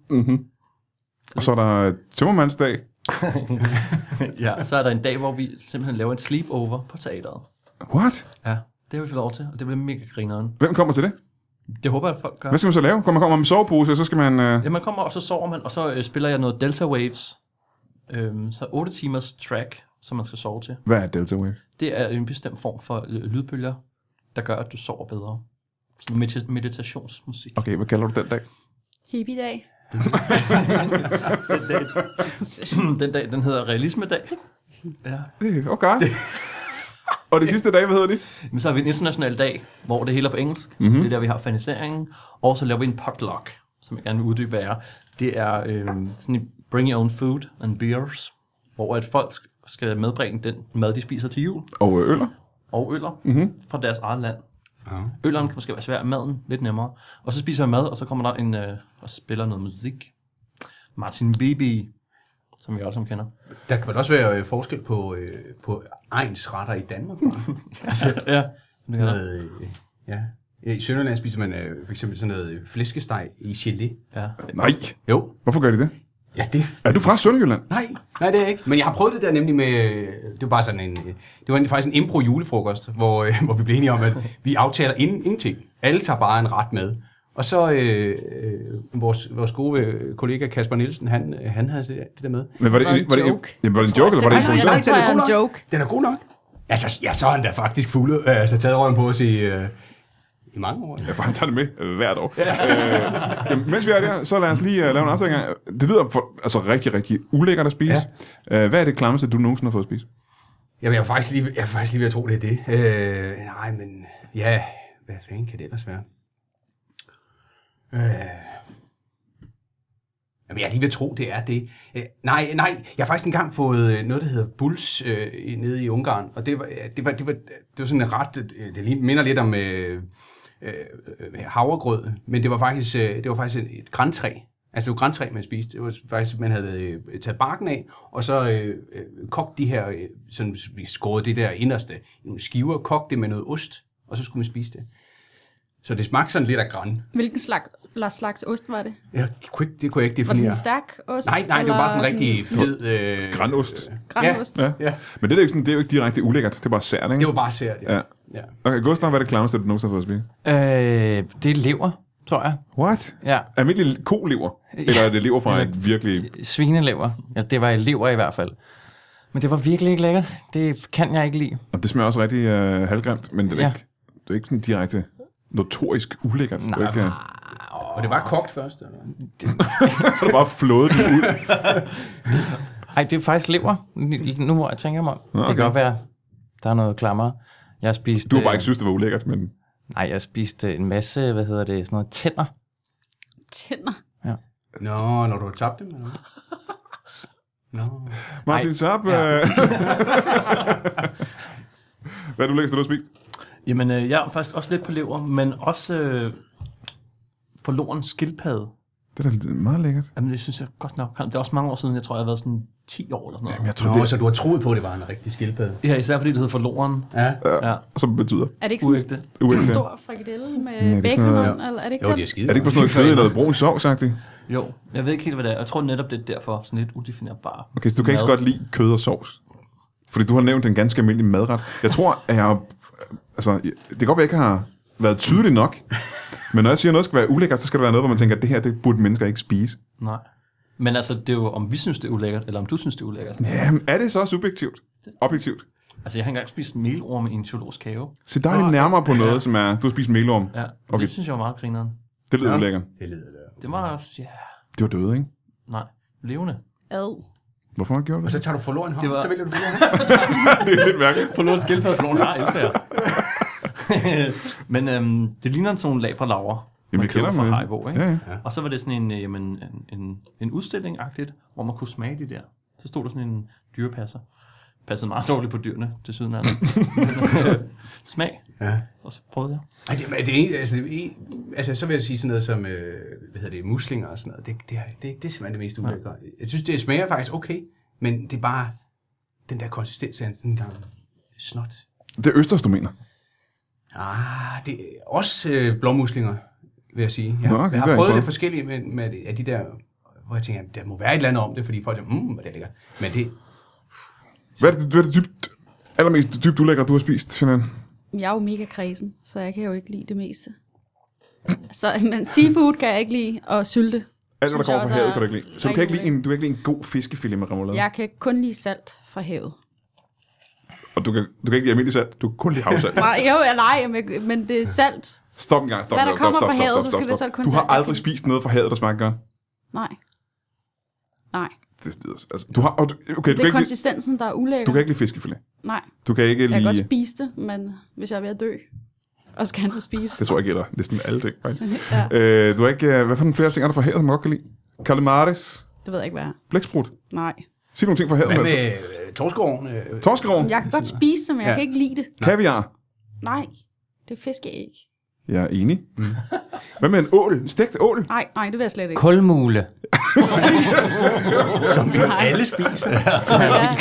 Speaker 1: Og så er der Tømmermandsdag.
Speaker 5: ja, og så er der en dag, hvor vi simpelthen laver en sleepover på teateret.
Speaker 1: What?
Speaker 5: Ja. Det har vi fået lov til, og det bliver mega grineren.
Speaker 1: Hvem kommer til det?
Speaker 5: Det håber jeg, at folk gør.
Speaker 1: Hvad skal man så lave? Kommer man komme med en sovepose, og så skal man... Øh...
Speaker 5: Ja, man kommer, og så sover man, og så øh, spiller jeg noget Delta Waves. Øhm, så 8 timers track, som man skal sove til.
Speaker 1: Hvad er Delta Wave?
Speaker 5: Det er en bestemt form for øh, lydbølger, der gør, at du sover bedre. Sådan medita- meditationsmusik.
Speaker 1: Okay, hvad kalder du den dag?
Speaker 2: hippie-dag?
Speaker 5: Den dag, den dag, den hedder realismedag. Ja.
Speaker 1: Øh, Okay. og det sidste dag, hvad hedder det?
Speaker 5: Men så har vi en international dag, hvor det hele er på engelsk. Mm-hmm. Det er der, vi har faniseringen. Og så laver vi en potluck, som jeg gerne vil uddybe, hvad er. Det er øh, sådan en bring your own food and beers, hvor at folk skal medbringe den mad, de spiser til jul,
Speaker 1: Og øh, øller.
Speaker 5: og øller
Speaker 1: Mhm.
Speaker 5: mm-hmm. fra deres eget land.
Speaker 4: Ja.
Speaker 5: Ølleren kan måske være svær, maden lidt nemmere. Og så spiser vi mad, og så kommer der en øh, og spiller noget musik. Martin Bibi, som vi også kender.
Speaker 4: Der kan vel også være øh, forskel på, øh, på egensretter i Danmark. hva'?
Speaker 5: ja, det kan der.
Speaker 4: Noget, øh, ja. Ja, I Sønderland spiser man øh, for eksempel sådan noget øh, flæskesteg i gelé.
Speaker 5: Ja.
Speaker 1: Nej.
Speaker 4: Jo.
Speaker 1: Hvorfor gør de det?
Speaker 4: Ja, det...
Speaker 1: Er du fra Sønderjylland?
Speaker 4: Nej, nej, det er jeg ikke. Men jeg har prøvet det der nemlig med... øh, Det var bare sådan en... øh, Det var en- faktisk en impro julefrokost, hvor, øh, hvor vi blev enige om, at vi aftaler inden, ingenting. Alle tager bare en ret med. Og så øh, øh, vores, vores gode øh, kollega Kasper Nielsen, han, øh, han havde det, det der med.
Speaker 1: Men var det,
Speaker 2: Var det en
Speaker 1: var det,
Speaker 2: joke?
Speaker 1: Jamen, var det en
Speaker 2: Tror
Speaker 1: joke,
Speaker 2: jeg
Speaker 1: eller var det
Speaker 2: simpelthen,
Speaker 1: improviseret?
Speaker 2: jeg tror,
Speaker 4: den
Speaker 2: er en
Speaker 4: god nok.
Speaker 2: joke.
Speaker 4: Den er god nok. Altså, ja, så er han da faktisk fuldet. øh, Altså, taget røven på os i, øh, i mange år.
Speaker 1: Ja, for han tager det med øh, hvert år. øh, jamen, mens vi er der, så lad os lige uh, lave en aftale engang. Det lyder for, altså rigtig, rigtig ulækkert at spise. Ja. Uh, hvad er det klammeste, du nogensinde har fået at spise?
Speaker 4: Jamen, jeg er faktisk lige, jeg er faktisk lige ved at tro, det er det. Øh, nej, men ja, hvad fanden kan det ellers være? Øh, jamen, jeg er lige ved at tro, det er det. Øh, nej, nej, jeg har faktisk engang fået øh, noget, der hedder Bulls øh, i- nede i Ungarn, og det var, øh, det var, det var, det var sådan en ret, øh, det lign- minder lidt om øh, øh, øh, havregrød, men det var faktisk, øh, det var faktisk et, et græntræ. Altså det var græntræ, man spiste. Det var faktisk, man havde øh, taget barken af, og så øh, øh, kogt de her, øh, sådan, vi skåret det der inderste i nogle skiver, kogt det med noget ost, og så skulle man spise det. Så det smagte sådan lidt af græn.
Speaker 2: Hvilken slags, eller slags ost var det?
Speaker 4: Ja, det, kunne ikke, det kunne jeg ikke
Speaker 2: Var det
Speaker 4: definere.
Speaker 2: sådan en stærk ost?
Speaker 4: nej, nej, det var bare sådan en rigtig fed... Øh,
Speaker 1: Granost.
Speaker 2: Granost.
Speaker 1: Ja.
Speaker 2: Ja.
Speaker 4: Ja,
Speaker 1: Men det er, jo ikke sådan, det er jo ikke direkte ulækkert. Det er bare sært, ikke?
Speaker 4: det var bare sært.
Speaker 1: Ja.
Speaker 4: ja.
Speaker 1: Okay, Gustav, hvad er det klammeste, du nogensinde har fået at spise?
Speaker 3: Øh, det er lever, tror jeg.
Speaker 1: What?
Speaker 3: Ja.
Speaker 1: Almindelig kolever? Eller er det lever fra et virkelig...
Speaker 3: Svinelever. Ja, det var lever i hvert fald. Men det var virkelig ikke lækkert. Det kan jeg ikke lide.
Speaker 1: Og det smager også rigtig øh, halvgrimt, men det er,
Speaker 3: Ja.
Speaker 1: ikke, det er ikke sådan direkte notorisk ulækkert. Nej. Det er, ikke, øh,
Speaker 4: Og det var kogt først, eller hvad?
Speaker 1: så er det bare flået den ud.
Speaker 3: Ej, det er faktisk lever. Nu- Nu hvor jeg tænker mig om. Okay. Det
Speaker 1: okay.
Speaker 3: kan godt være, der er noget klammere. Jeg øh, spiste...
Speaker 1: Du har bare ikke synes, det var ulækkert, men...
Speaker 3: Nej, jeg spiste en masse, hvad hedder det, sådan noget tænder.
Speaker 2: Tænder.
Speaker 4: Nå, når du har tabt dem, eller hvad? Nå.
Speaker 1: Martin Sap, øh...
Speaker 3: Ja.
Speaker 1: hvad er det ulækkerste, du har spist?
Speaker 5: Jamen, øh, jeg er faktisk også lidt på lever, men også øh, forlorens skildpadde.
Speaker 1: Det er da meget lækkert.
Speaker 5: Jamen, det synes jeg godt nok. Det er også mange år siden, jeg tror, jeg har været sådan 10 år eller sådan noget.
Speaker 1: Jamen, jeg tror,
Speaker 4: Nå,
Speaker 1: det
Speaker 4: så du har troet på, at det var en rigtig skildpadde.
Speaker 5: Ja, især fordi det hedder Forloren.
Speaker 4: Ja.
Speaker 5: Ja.
Speaker 1: er, som betyder
Speaker 2: Er det ikke
Speaker 5: Uægte.
Speaker 2: sådan en
Speaker 1: uægte.
Speaker 2: stor frikadelle
Speaker 1: det
Speaker 2: med
Speaker 1: er
Speaker 2: bacon?
Speaker 1: sådan noget-
Speaker 2: eller er det ikke
Speaker 4: Jo,
Speaker 2: den?
Speaker 4: det er skide.
Speaker 1: Er det ikke på sådan noget kød eller noget brun sovs -agtigt?
Speaker 5: Jo, jeg ved ikke helt, hvad det er. Jeg tror netop, det er derfor sådan lidt udefinerbar.
Speaker 1: Okay, så du kan ikke så godt lide kød og sovs? Fordi du har nævnt en ganske almindelig madret. Jeg tror, at jeg... Altså, jeg- det kan godt være, at jeg ikke har været tydelig nok. Men når jeg siger, at noget skal være ulækkert, så skal det være noget, hvor man tænker, at det her det burde mennesker ikke spise.
Speaker 5: Nej. Men altså, det er jo, om vi synes, det er ulækkert, eller om du synes, det er ulækkert.
Speaker 1: Jamen, er det så subjektivt? Objektivt?
Speaker 5: Altså, jeg har engang spist melorm i en teologisk have.
Speaker 1: Så der er lidt nærmere på noget, som er, du har spist melorm.
Speaker 5: Ja, okay.
Speaker 1: Okay.
Speaker 5: det synes jeg var meget grineren.
Speaker 1: Det lyder
Speaker 4: Ja.
Speaker 1: ulækkert.
Speaker 4: Det lyder det.
Speaker 5: Det var også, ja,
Speaker 1: Det var døde, ikke?
Speaker 5: nej, levende.
Speaker 2: Ad.
Speaker 1: Hvorfor har jeg gjort
Speaker 4: Og
Speaker 1: det?
Speaker 5: Altså,
Speaker 4: så tager du forloren hånd,
Speaker 5: Det var-
Speaker 4: så vælger du forloren
Speaker 1: det er lidt mærkeligt.
Speaker 5: Forlod skildpadde, forlod nej, elsker jeg. Men øhm, det ligner sådan nogle lag fra laver.
Speaker 1: Jamen, jeg kender
Speaker 5: køber
Speaker 1: dem, ja.
Speaker 5: fra Haribo, ikke?
Speaker 1: Ja, ja.
Speaker 5: Og så var det sådan en, øh, jamen, en, en, en udstilling-agtigt, hvor man kunne smage de der. Så stod der sådan en dyrepasser. Passede meget dårligt på dyrene, til syden af øh, Smag,
Speaker 4: Ja.
Speaker 5: og så prøvede jeg.
Speaker 4: Ej, det, men det, er- altså, det, er- altså, så vil jeg sige sådan noget som, øh, hvad hedder det, muslinger og sådan noget. Det, det, er- det, det er simpelthen det mest ulækre. Jeg synes, det smager faktisk okay, men det er bare den der konsistens af en sådan en gang snot.
Speaker 1: Det er østers, du mener.
Speaker 4: Ah, det er også øh, blåmuslinger, vil jeg sige. Jeg,
Speaker 1: Nå,
Speaker 4: Nå,
Speaker 1: okay,
Speaker 4: okay,
Speaker 1: det
Speaker 4: jeg
Speaker 1: har
Speaker 4: har
Speaker 1: jeg
Speaker 4: prøvet
Speaker 1: prøvet.
Speaker 4: det forskellige med, med de, af de der, hvor jeg tænker, der må være et eller andet om det, fordi folk tænker, mm, hvor det er lækkert. Men det,
Speaker 1: Hvad er det, hvad er det dybt, allermest dybt ulækkert, du har spist, Jeanette?
Speaker 2: Jeg er jo mega kredsen, så jeg kan jo ikke lide det meste. Så, men seafood kan jeg ikke lide, og sylte.
Speaker 1: Alt, hvad der
Speaker 2: Synes jeg
Speaker 1: kommer
Speaker 2: også
Speaker 1: fra havet,
Speaker 2: er
Speaker 1: kan du ikke lide. Så du kan
Speaker 2: rigtig
Speaker 1: ikke lide, en, du kan ikke lide en god fiskefilet med remoulade?
Speaker 2: Jeg kan kun lide salt fra havet.
Speaker 1: Og du kan, du kan ikke lide almindelig salt, du kan kun lide havsalt.
Speaker 2: Nej, jo, jeg leger, men- men det er salt.
Speaker 1: Stop en gang, stop,
Speaker 2: Hvad
Speaker 1: stop,
Speaker 2: der
Speaker 1: stop,
Speaker 2: kommer
Speaker 1: stop,
Speaker 2: fra havet,
Speaker 1: stop,
Speaker 2: så
Speaker 1: stop,
Speaker 2: skal det
Speaker 1: stop.
Speaker 2: så kun
Speaker 1: Du har
Speaker 2: salt, der
Speaker 1: aldrig
Speaker 2: kan-
Speaker 1: spist noget fra havet, der smager godt.
Speaker 2: Nej. Nej.
Speaker 1: Det lyder, altså, du har, og du, okay, du,
Speaker 2: Det
Speaker 1: kan
Speaker 2: er
Speaker 1: ikke, lide-
Speaker 2: konsistensen, der er ulækker.
Speaker 1: du kan ikke lide fiskefilet.
Speaker 2: Nej,
Speaker 1: Du kan ikke
Speaker 2: jeg kan godt
Speaker 1: lide...
Speaker 2: spise det, men hvis jeg er ved at dø, og skal han spise.
Speaker 1: Det tror jeg gælder næsten alle ting, faktisk.
Speaker 2: Ja,
Speaker 1: øh, du har ikke... øh, Hvad for nogle flere ting er der fra havet, som du godt kan lide? Calamares,
Speaker 2: det ved jeg ikke, hvad er.
Speaker 1: blæksprut.
Speaker 2: Nej.
Speaker 1: Sig nogle ting fra havet.
Speaker 4: hvad
Speaker 1: Altså.
Speaker 4: med øh, torskeoven? Øh,
Speaker 1: Torskeroven,
Speaker 2: Jeg kan godt spise det, men jeg
Speaker 4: Ja.
Speaker 2: kan ikke lide det.
Speaker 1: kaviar.
Speaker 2: Nej, det er fiskeæg.
Speaker 1: Jeg er enig. Hvad med en ål? En stegt ål?
Speaker 2: Nej, nej, det vil jeg slet ikke.
Speaker 3: Kulmule.
Speaker 4: som vi
Speaker 2: Nej.
Speaker 4: alle spiser.
Speaker 2: Ja,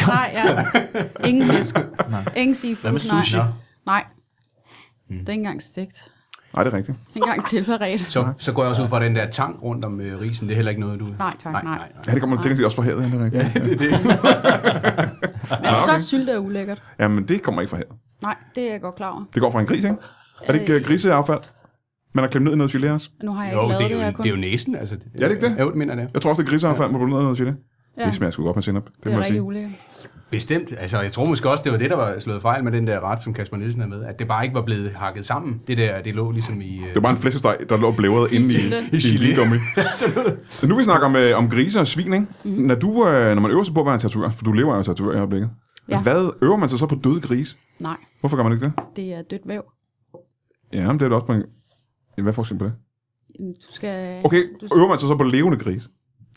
Speaker 2: nej, ja. Ingen fisk. Ingen seafood.
Speaker 5: Hvad med sushi?
Speaker 2: Nej. nej. Det er ikke engang stegt.
Speaker 1: Nej, det er rigtigt.
Speaker 2: Det er ikke engang tilberedt.
Speaker 4: Så, så går jeg også ud fra at den der tang rundt om øh, risen. Det er heller ikke noget, du...
Speaker 2: Nej, tak, nej.
Speaker 4: nej,
Speaker 1: Ja, det kommer til at også fra havet, ja, det er rigtigt. Ja.
Speaker 4: Det er det.
Speaker 2: Men jeg synes også, sylte er ulækkert.
Speaker 1: Jamen, det kommer ikke fra havet.
Speaker 2: Nej, det er jeg godt klar over.
Speaker 1: Det går fra en gris, ikke? Er det ikke øh, griseaffald? Man har klemt ned i noget gelé også?
Speaker 2: Nu har jeg
Speaker 4: Jo,
Speaker 2: ikke lavet
Speaker 4: det
Speaker 2: det,
Speaker 4: er jo,
Speaker 2: jeg kun...
Speaker 4: det er jo næsen, altså.
Speaker 1: Ja, det er ikke det?
Speaker 4: Jo, det mener jeg det.
Speaker 1: Jeg tror også, det er griseaffald, man putter ned i noget gelé.
Speaker 2: ja,
Speaker 1: Det smager sgu godt med sennep. Det,
Speaker 2: det
Speaker 1: må
Speaker 2: er
Speaker 1: jeg sige.
Speaker 2: rigtig ulækkert.
Speaker 4: Bestemt. Altså, jeg tror måske også, det var det, der var slået fejl med den der ret, som Kasper Nielsen havde med. At det bare ikke var blevet hakket sammen. Det der, det lå ligesom i... Øh,
Speaker 1: Det var bare en flæskesteg, der lå blævret inde i,
Speaker 2: gelé.
Speaker 1: i, i
Speaker 4: I gelé.
Speaker 1: ligegummi. nu vi snakker om, øh, om grise og svin, ikke?
Speaker 2: Mhm.
Speaker 1: Mm. Når, du, øh, når man øver sig på at være en tatovør, for du lever jo af tatovør i øjeblikket. Ja.
Speaker 2: Ja.
Speaker 1: Hvad øver man sig så på døde grise?
Speaker 2: Nej,
Speaker 1: Hvorfor gør man ikke det?
Speaker 2: det er dødt væv.
Speaker 1: Ja, men det er da også på en... Ja, Hvad er forskellen på det?
Speaker 2: Du skal...
Speaker 1: Okay,
Speaker 2: Du...
Speaker 1: øver man sig så på levende gris?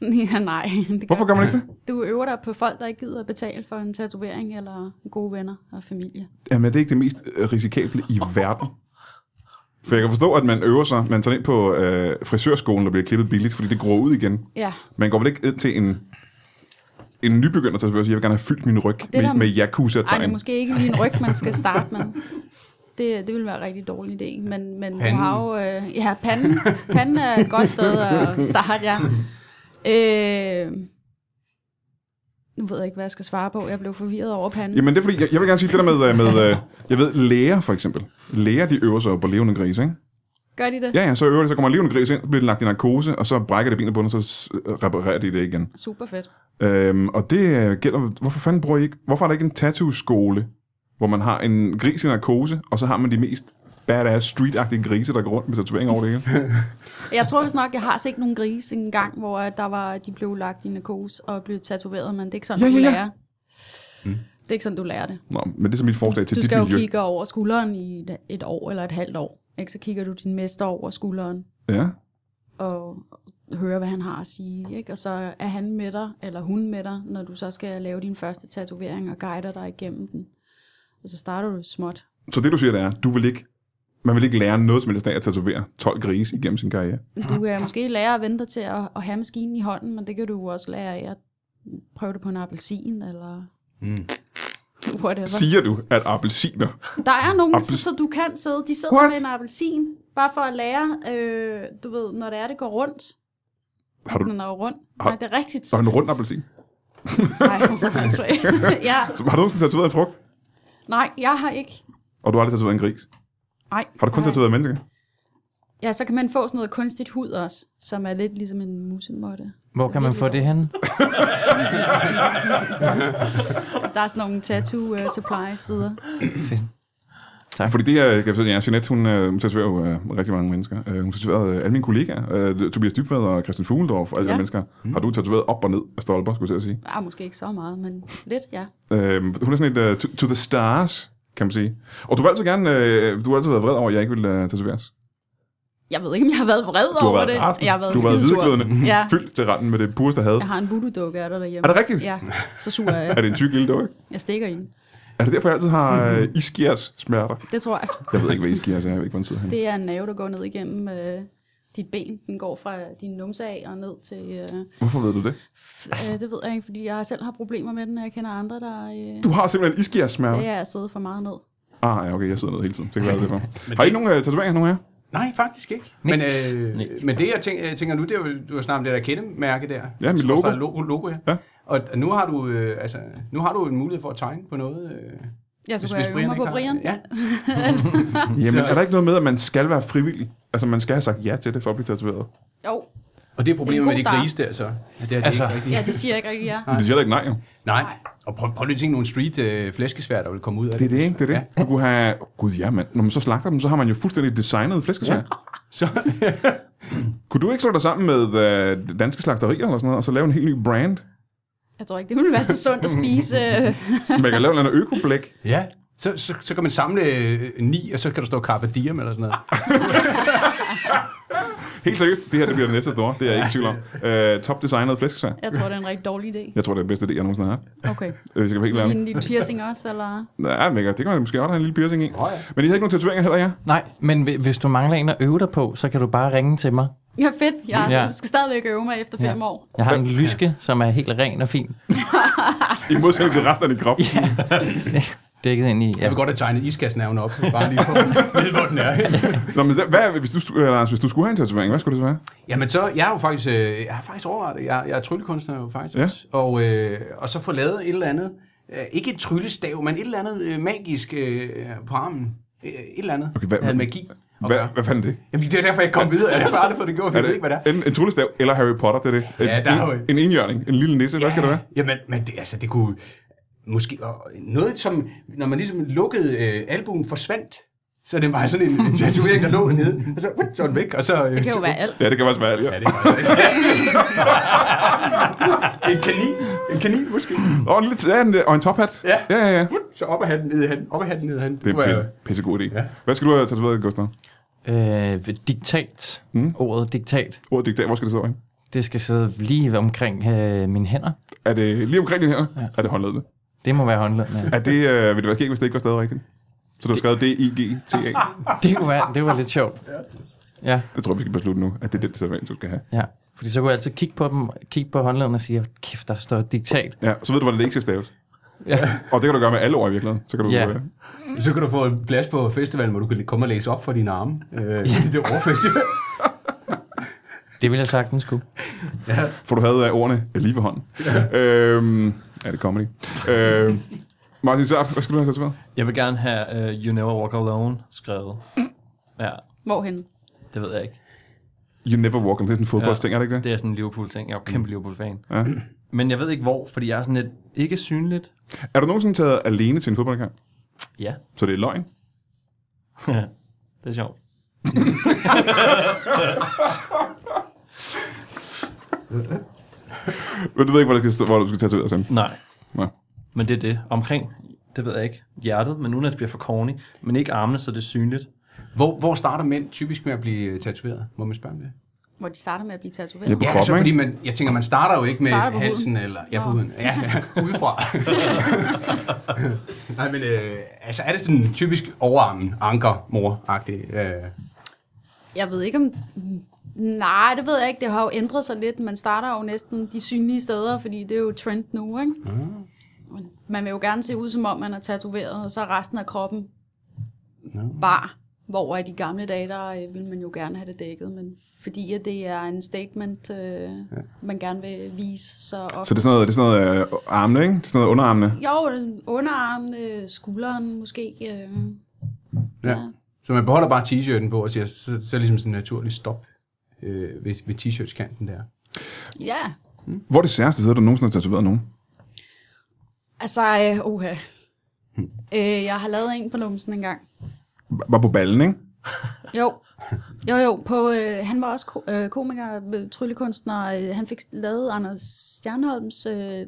Speaker 2: Ja, nej. Det
Speaker 1: Hvorfor gør man ikke det?
Speaker 2: Du øver dig på folk, der ikke gider at betale for en tatovering eller gode venner og familie.
Speaker 1: Jamen, er det ikke det mest øh, risikable i verden? For jeg kan forstå, at man øver sig, man tager ind på øh, frisørskolen, der bliver klippet billigt, fordi det gror ud igen.
Speaker 2: Ja,
Speaker 1: Man går vel ikke ind til en, en nybegynder til at sige, jeg vil gerne have fyldt min ryg
Speaker 2: er
Speaker 1: med,
Speaker 2: der-
Speaker 1: med
Speaker 2: Ej, det er
Speaker 1: Yakuza-tegn.
Speaker 2: måske ikke lige en ryg, man skal starte med. Det, det ville være en rigtig dårlig idé, men, men du har jo... Øh, ja, panden, panden er et godt sted at starte, ja. Øh, nu ved jeg ikke, hvad jeg skal svare på. Jeg blev forvirret over panden.
Speaker 1: Jamen det er fordi, jeg, jeg vil gerne sige det der med, øh, med øh, jeg ved, læger for eksempel. Læger, de øver sig jo på levende grise, ikke?
Speaker 2: Gør de det?
Speaker 1: Ja, ja, så øver de, så kommer levende gris ind, så bliver den lagt i narkose, og så brækker det benet på den, og så s- øh, reparerer de det igen.
Speaker 2: Super fedt.
Speaker 1: Øhm, og det øh, gælder, hvorfor fanden bruger I ikke, hvorfor er der ikke en tattoo-skole, hvor man har en gris i narkose, og så har man de mest badass street grise, der går rundt med tatoveringer over det hele?
Speaker 2: Jeg tror vist nok, jeg har set nogle grise en gang, hvor at der var, de blev lagt i narkose og blev tatoveret, men det er ikke sådan,
Speaker 1: Ja,
Speaker 2: ja, du
Speaker 1: ja, Mm. ja.
Speaker 2: lærer. Det er ikke sådan, du lærer det.
Speaker 1: Nå, men det er så mit forslag til
Speaker 2: du
Speaker 1: dit
Speaker 2: skal jo
Speaker 1: miljø.
Speaker 2: kigge over skulderen i et, et år eller et halvt år. Ikke? Så kigger du din mester over skulderen
Speaker 1: Ja.
Speaker 2: og hører, hvad han har at sige. Ikke? Og så er han med dig, eller hun med dig, når du så skal lave din første tatovering og guider dig igennem den. Og så starter du småt.
Speaker 1: Så det du siger, det er, du vil ikke man vil ikke lære noget som helst af at tatovere 12 grise igennem sin karriere.
Speaker 2: Du kan måske lære at vente dig til at, at have maskinen i hånden, men det kan du jo også lære af at prøve det på en appelsin, eller
Speaker 4: Mm.
Speaker 2: whatever.
Speaker 1: Siger du, at appelsiner...
Speaker 2: Der er nogen,
Speaker 1: Appels-
Speaker 2: Appels- så du kan sidde, de sidder
Speaker 1: What?
Speaker 2: What? med en appelsin, bare for at lære, øh, du ved, når det er, det går rundt.
Speaker 1: Har du,
Speaker 2: Den er jo rund.
Speaker 1: Har-
Speaker 2: Nej, det er rigtigt.
Speaker 1: har du en rund appelsin?
Speaker 2: Nej, hvor åndssvagt. ja.
Speaker 1: Så har du nogensinde tatoveret en frugt?
Speaker 2: Nej, jeg har ikke.
Speaker 1: Og du har aldrig tatoveret en gris?
Speaker 2: Nej.
Speaker 1: Har du kun
Speaker 2: nej.
Speaker 1: tatoveret mennesker?
Speaker 2: Ja, så kan man få sådan noget kunstigt hud også, som er lidt ligesom en musemotte.
Speaker 3: Hvor kan man få det henne?
Speaker 2: Der er sådan nogle tattoo uh, supply sider.
Speaker 1: Fordi det her, kan jeg sige, ja, Jeanette, hun, øh, hun tatoverer jo øh, rigtig mange mennesker. Øh, hun tatoverede øh, alle mine kollegaer, øh, Tobias Dybvad og Christian Fugeldorf, alle ja. de
Speaker 2: Ja.
Speaker 1: her mennesker. Har du tatoveret op og ned af stolper, skulle jeg til at sige.
Speaker 2: Ah, måske ikke så meget, men lidt, ja.
Speaker 1: Øh, hun er sådan et øh, to, to the stars, kan man sige. Og du har altid gerne, øh, du har altid været vred over, at jeg ikke ville øh, tatoveres.
Speaker 2: Jeg ved ikke, om jeg har været vred
Speaker 1: Du har
Speaker 2: over
Speaker 1: været
Speaker 2: det.
Speaker 1: rasende.
Speaker 2: Jeg har været
Speaker 1: du har været
Speaker 2: skidesur.
Speaker 1: hvidglødende,
Speaker 2: Ja.
Speaker 1: fyldt til randen med det pureste had.
Speaker 2: Jeg har en voodoo-dukke af dig derhjemme.
Speaker 1: Er det rigtigt?
Speaker 2: Ja, så sur er jeg.
Speaker 1: Er det en tyk lille dukke?
Speaker 2: Jeg stikker i den.
Speaker 1: Er det derfor, jeg altid
Speaker 2: Mhm.
Speaker 1: har øh, iskias smerter?
Speaker 2: Det tror jeg.
Speaker 1: Jeg ved ikke, hvad iskias er. Jeg ved ikke, hvor den sidder henne.
Speaker 2: Det er en nerve, der går ned igennem øh, dit ben. Den går fra din numse af og ned til... Øh,
Speaker 1: Hvorfor ved du det?
Speaker 2: f- øh, det ved jeg ikke, fordi jeg selv har problemer med den, og jeg kender andre, der... Øh,
Speaker 1: Du har simpelthen iskias smerter.
Speaker 2: det er at sidde for meget ned.
Speaker 1: Ah, ja, okay, jeg sidder ned hele tiden. Det kan være, det er derfor. Har I nogen øh, tatoveringer, nogen af jer?
Speaker 4: Nej, faktisk ikke. Men,
Speaker 3: Niks.
Speaker 4: øh, men det, jeg tænker, jeg tænker nu, det er jo, du har snakket om det der kendemærke der.
Speaker 1: Ja, mit logo.
Speaker 4: Skorstræk logo, logo ja.
Speaker 1: Ja.
Speaker 4: ja. Og nu har, du, øh, altså, nu har du en mulighed for at tegne på noget. Øh,
Speaker 2: Jeg skulle være mig på
Speaker 4: ikke har-
Speaker 2: Brian.
Speaker 4: Ja.
Speaker 1: Jamen,
Speaker 4: Så-
Speaker 1: er der ikke noget med, at man skal være frivillig? Altså, man skal have sagt ja til det, for at blive tatoveret.
Speaker 2: Jo,
Speaker 4: Og det er problemet
Speaker 2: Det er
Speaker 4: med
Speaker 2: en
Speaker 4: de
Speaker 2: god
Speaker 4: grise der, så. Det er,
Speaker 3: Altså-
Speaker 4: altså, ikke
Speaker 2: ja,
Speaker 4: ja.
Speaker 2: det siger jeg ikke rigtig, ja.
Speaker 1: Det siger heller ikke nej, jo.
Speaker 4: Nej. Og prøv, prøv lige at tænke nogle street øh, flæskesvær, der vil komme ud af
Speaker 1: Det
Speaker 4: det.
Speaker 1: er det, ikke? Det er det. Du kunne have... Gud, ja, mand. Når man så slagter dem, så har man jo fuldstændig designet flæskesvær. Ja.
Speaker 4: Så,
Speaker 1: Kunne du ikke slå dig sammen med øh, danske slagterier eller sådan noget, og så lave en helt ny brand?
Speaker 2: Jeg tror ikke, det ville være så sundt at spise. øh.
Speaker 1: Man kan lave en eller anden økoblæk.
Speaker 4: ja. Så, så, så kan man samle øh, ni, og så kan der stå Carpe Diem eller sådan noget.
Speaker 1: Helt seriøst, det her det bliver det næste store. Det er jeg ikke i tvivl om. Øh, top designet flæskesvær.
Speaker 2: Jeg tror, det er en rigtig dårlig idé.
Speaker 1: Jeg tror, det er den bedste idé, jeg nogensinde har haft.
Speaker 2: Okay.
Speaker 1: Øh, Hvis jeg kan være helt
Speaker 2: Lige
Speaker 1: ærlig.
Speaker 2: en lille piercing også, eller?
Speaker 1: Ja, mega. Det kan man måske godt have en lille piercing i.
Speaker 4: ja.
Speaker 1: Men I har ikke nogen tatoveringer heller, ja?
Speaker 3: Nej, men hvi- hvis du mangler en at øve dig på, så kan du bare ringe til mig.
Speaker 2: Ja, fedt. Jeg
Speaker 3: Ja.
Speaker 2: ja. skal stadigvæk øve mig efter fem år.
Speaker 3: Jeg har en lyske, som er helt ren og fin.
Speaker 1: I modsætning til resten af din krop.
Speaker 3: Dækket ind i...
Speaker 4: Jeg
Speaker 3: Ja.
Speaker 4: vil godt have tegnet iskassenævnen op, bare lige for at vide, hvor den er.
Speaker 1: Nå, men hvad, hvis, du, øh, Lars, hvis du skulle have en tatovering, hvad skulle det så være?
Speaker 4: Jamen så, jeg er jo faktisk, øh, jeg har faktisk overvejet det. Jeg, jeg er tryllekunstner jo faktisk
Speaker 1: Ja.
Speaker 4: ja. også. Og, øh, og så få lavet et eller andet, øh, ikke et tryllestav, men et eller andet øh, magisk øh, på armen. Øh, Et eller andet.
Speaker 1: Okay, hvad-
Speaker 4: der havde magi. at
Speaker 1: Hvad,
Speaker 4: gøre.
Speaker 1: hvad fanden er det?
Speaker 4: Jamen det er derfor, jeg kom videre. Jeg har aldrig fået det gjort, for
Speaker 1: Er
Speaker 4: jeg ved
Speaker 1: det
Speaker 4: ikke, hvad det er.
Speaker 1: enten en tryllestav eller Harry Potter, det er det? En,
Speaker 4: Ja, der er jo-
Speaker 1: en, en enhjørning, en lille nisse, hvad skal det være?
Speaker 4: Jamen, men det, altså, det kunne måske... og Noget som, når man ligesom lukkede øh, albuen, forsvandt. Så det var sådan en, en tatovering, der lå nede. Og så, uh, så var den væk, og så... Øh,
Speaker 2: Det kan jo være alt.
Speaker 1: Ja, det kan også være alt, ja.
Speaker 4: Ja, det var En kanin. En kanin måske.
Speaker 1: Og en, lille, ja, en, og en tophat.
Speaker 4: Ja.
Speaker 1: Ja, ja, ja.
Speaker 4: Så op af hatten, ned af hatten, op af hatten, ned af hatten.
Speaker 1: Det er
Speaker 4: kunne
Speaker 1: en
Speaker 4: være-
Speaker 1: pisse, pissegod idé.
Speaker 4: Ja.
Speaker 1: Hvad skal du have tatoveret, Gustav?
Speaker 3: Øh, diktat. Mm. Ordet diktat.
Speaker 1: Ordet diktat, hvor skal det sidde hen?
Speaker 3: Det skal sidde lige omkring øh, mine hænder.
Speaker 1: Er det lige omkring dine hænder? Ja. Er det håndledet?
Speaker 3: Det må være håndleden. Ja.
Speaker 1: Er det, øh, vil det være skægt, hvis det ikke var stadig rigtigt? Så du har skrevet D-I-G-T-A.
Speaker 3: Det, kunne være, det var lidt sjovt. Ja,
Speaker 1: Det tror jeg, vi skal beslutte nu, at det er den tatovering, du skal have.
Speaker 3: ja. Fordi så kunne jeg altid kigge på dem, kigge på håndleden og sige, kæft, der står diktat.
Speaker 1: Ja, så ved du, hvordan det ikke skal staves.
Speaker 3: Ja.
Speaker 1: Og det kan du gøre med alle ord i virkeligheden. Så kan du,
Speaker 3: Ja.
Speaker 1: øh,
Speaker 4: Så kan du få en plads på festivalen, hvor du kan komme og læse op for dine arme. Øh, ja. Det er overfestival.
Speaker 3: Det ville jeg sagtens kunne.
Speaker 1: For du havde uh, ordene lige ved hånden. Ja. Øhm, er det comedy? øhm, Martin Sørp, hvad skal du have tatoveret?
Speaker 5: Jeg vil gerne have uh, You Never Walk Alone skrevet. Ja,
Speaker 2: Hvorhen?
Speaker 5: det ved jeg ikke.
Speaker 1: You never walk alone. Det er sådan en fodboldsting, er det ikke det?
Speaker 5: Det er sådan en Liverpool-ting. Jeg er jo kæmpe Liverpool-fan.
Speaker 1: Ja.
Speaker 5: Men jeg ved ikke hvor, fordi jeg er sådan lidt ikke synligt.
Speaker 1: Er du nogensinde taget alene til en fodboldkamp?
Speaker 5: Ja,
Speaker 1: Så det er løgn?
Speaker 5: det er sjovt.
Speaker 1: Men du ved ikke, hvor, det skal, hvor du skal tatovere sådan.
Speaker 5: Nej,
Speaker 1: Nå.
Speaker 5: men det er det. Omkring, det ved jeg ikke. Hjertet, men uden at det bliver for corny. Men ikke armene, så det er synligt.
Speaker 4: Hvor, hvor starter mænd typisk med at blive øh, tatoveret? Må man spørge om det?
Speaker 2: hvor de starter med at blive tatoveret.
Speaker 1: Ja, på
Speaker 4: Ja,
Speaker 1: kroppen,
Speaker 4: altså,
Speaker 1: ikke?
Speaker 4: fordi man, jeg tænker, man starter jo ikke med
Speaker 2: Starter på
Speaker 4: halsen
Speaker 2: huden.
Speaker 4: eller... Ja, på
Speaker 2: Nå.
Speaker 4: huden. Ja, ja, udefra. Nej, men øh, altså, er det sådan typisk overarmen, anker, mor-agtigt? Øh,
Speaker 2: Jeg ved ikke om... Nej, det ved jeg ikke. Det har jo ændret sig lidt. Man starter jo næsten de synlige steder, fordi det er jo trend nu, ikke?
Speaker 1: Ah.
Speaker 2: Mm. Man vil jo gerne se ud, som om man er tatoveret, og så er resten af kroppen
Speaker 4: Nå.
Speaker 2: bar. Hvor i de gamle dage, der øh, ville man jo gerne have det dækket, men fordi at det er en statement, øh, ja. man gerne vil vise, så...
Speaker 1: Så det er sådan noget, det er sådan noget øh, armene, ikke? Det er sådan noget underarmene.
Speaker 2: Jo, underarmene, skulderen måske. Øh,
Speaker 4: ja. ja. Så man beholder bare t-shirten på og siger, så, så er ligesom sådan en naturlig stop øh, ved, ved t-shirtskanten der.
Speaker 2: ja,
Speaker 1: Hvor er det særste sted, du nogensinde har tatoveret nogen?
Speaker 2: altså, øh, oha.
Speaker 1: Hm.
Speaker 2: Øh, jeg har lavet en på lumsen engang.
Speaker 1: Var på ballen, ikke?
Speaker 2: Jo, jo, jo. På, øh, han var også ko- øh, komiker, øh, tryllekunstner. Øh, han fik lavet Anders Stjernholms øh,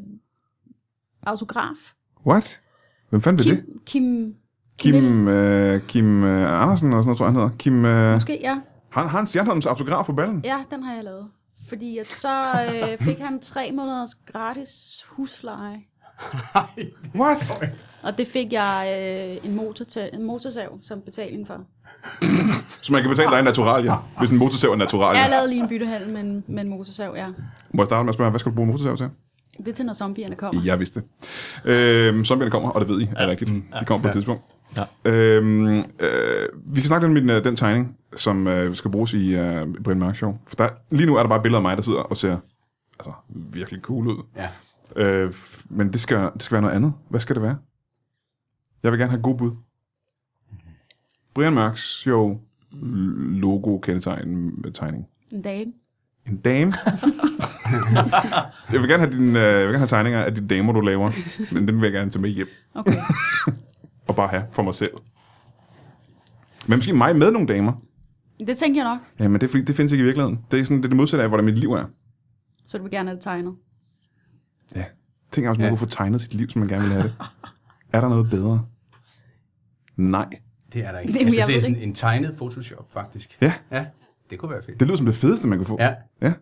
Speaker 2: autograf.
Speaker 1: What? Hvem fanden vil det?
Speaker 2: Kim, Kim, Kim
Speaker 1: Kim, øh, Kim øh, Andersen og sådan noget, tror jeg, han hedder. Kim, øh,
Speaker 2: måske, ja.
Speaker 1: han, han Stjernholms autograf på ballen.
Speaker 2: Ja, den har jeg lavet. Fordi at så øh, fik han tre måneders gratis husleje.
Speaker 1: What?
Speaker 2: Og det fik jeg øh, en, motor til, en motorsav som betaling for.
Speaker 1: Så man kan betale dig en naturalie, hvis en motorsav er en naturalie.
Speaker 2: Jeg lavede lige en byttehandel med en, med en motorsav, ja.
Speaker 1: Må jeg starte med at spørge, hvad skal du bruge en motorsav til?
Speaker 2: Det er til, når zombierne kommer.
Speaker 1: Jeg vidste det. Øhm, zombierne kommer, og det ved I er ja. rigtigt. De kommer på et tidspunkt.
Speaker 5: Ja.
Speaker 1: Øhm, øh, vi kan snakke lidt om den, øh, den tegning, som øh, skal bruges i øh, Brian Mørk Show. For der, lige nu er der bare billeder af mig, der sidder og ser altså, virkelig cool ud.
Speaker 4: Ja.
Speaker 1: Øh, f- men det skal, det skal være noget andet. Hvad skal det være? Jeg vil gerne have god bud. Brian Mørks Show logo kendetegn tegning.
Speaker 2: En dame.
Speaker 1: En dame. jeg, vil gerne have din, øh, jeg vil gerne have tegninger af de damer, du laver, men dem vil jeg gerne tage med hjem
Speaker 2: Okay.
Speaker 1: og bare have for mig selv. Men måske mig med nogle damer.
Speaker 2: Det tænkte jeg nok.
Speaker 1: Jamen, det, er fordi, det findes ikke i virkeligheden. Det er sådan det, er det modsatte af, hvordan mit liv er.
Speaker 2: Så du vil gerne have det tegnet.
Speaker 1: Ja. Tænk også, man
Speaker 4: Ja.
Speaker 1: kunne få tegnet sit liv, som man gerne vil have det. Er der noget bedre? Nej.
Speaker 4: Det er der ikke.
Speaker 2: Det
Speaker 4: Det,
Speaker 2: er
Speaker 4: altså,
Speaker 2: jeg
Speaker 4: det er
Speaker 2: ved
Speaker 4: sådan en tegnet Photoshop, faktisk.
Speaker 1: Ja.
Speaker 4: Ja, det kunne være fedt.
Speaker 1: Det lyder som det fedeste, man kunne få.
Speaker 4: Ja.
Speaker 1: ja.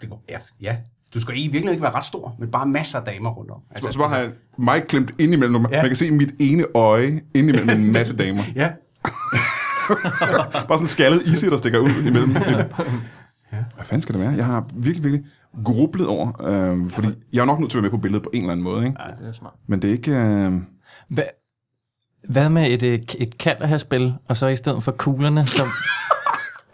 Speaker 4: Det kunne, ja, ja. Du skal i virkeligheden ikke være ret stor, men bare masser af damer rundt om. Altså,
Speaker 1: Så, så bare have mig klemt ind imellem. Altså, Ja.
Speaker 4: Ja.
Speaker 1: Man kan se mit ene øje ind imellem en masse damer.
Speaker 4: Ja,
Speaker 1: Bare sådan en skaldet isse, der stikker ud imellem. Hvad fanden skal det være? Jeg har virkelig, virkelig grublet over, øh, fordi jeg er nok nødt til at være med på billedet på en eller anden måde, ikke?
Speaker 5: Ja, det er smart.
Speaker 1: Men det er ikke... Øh,
Speaker 3: Hva, hvad med et, øh, k- et kalderherspil, og så i stedet for kuglerne, så,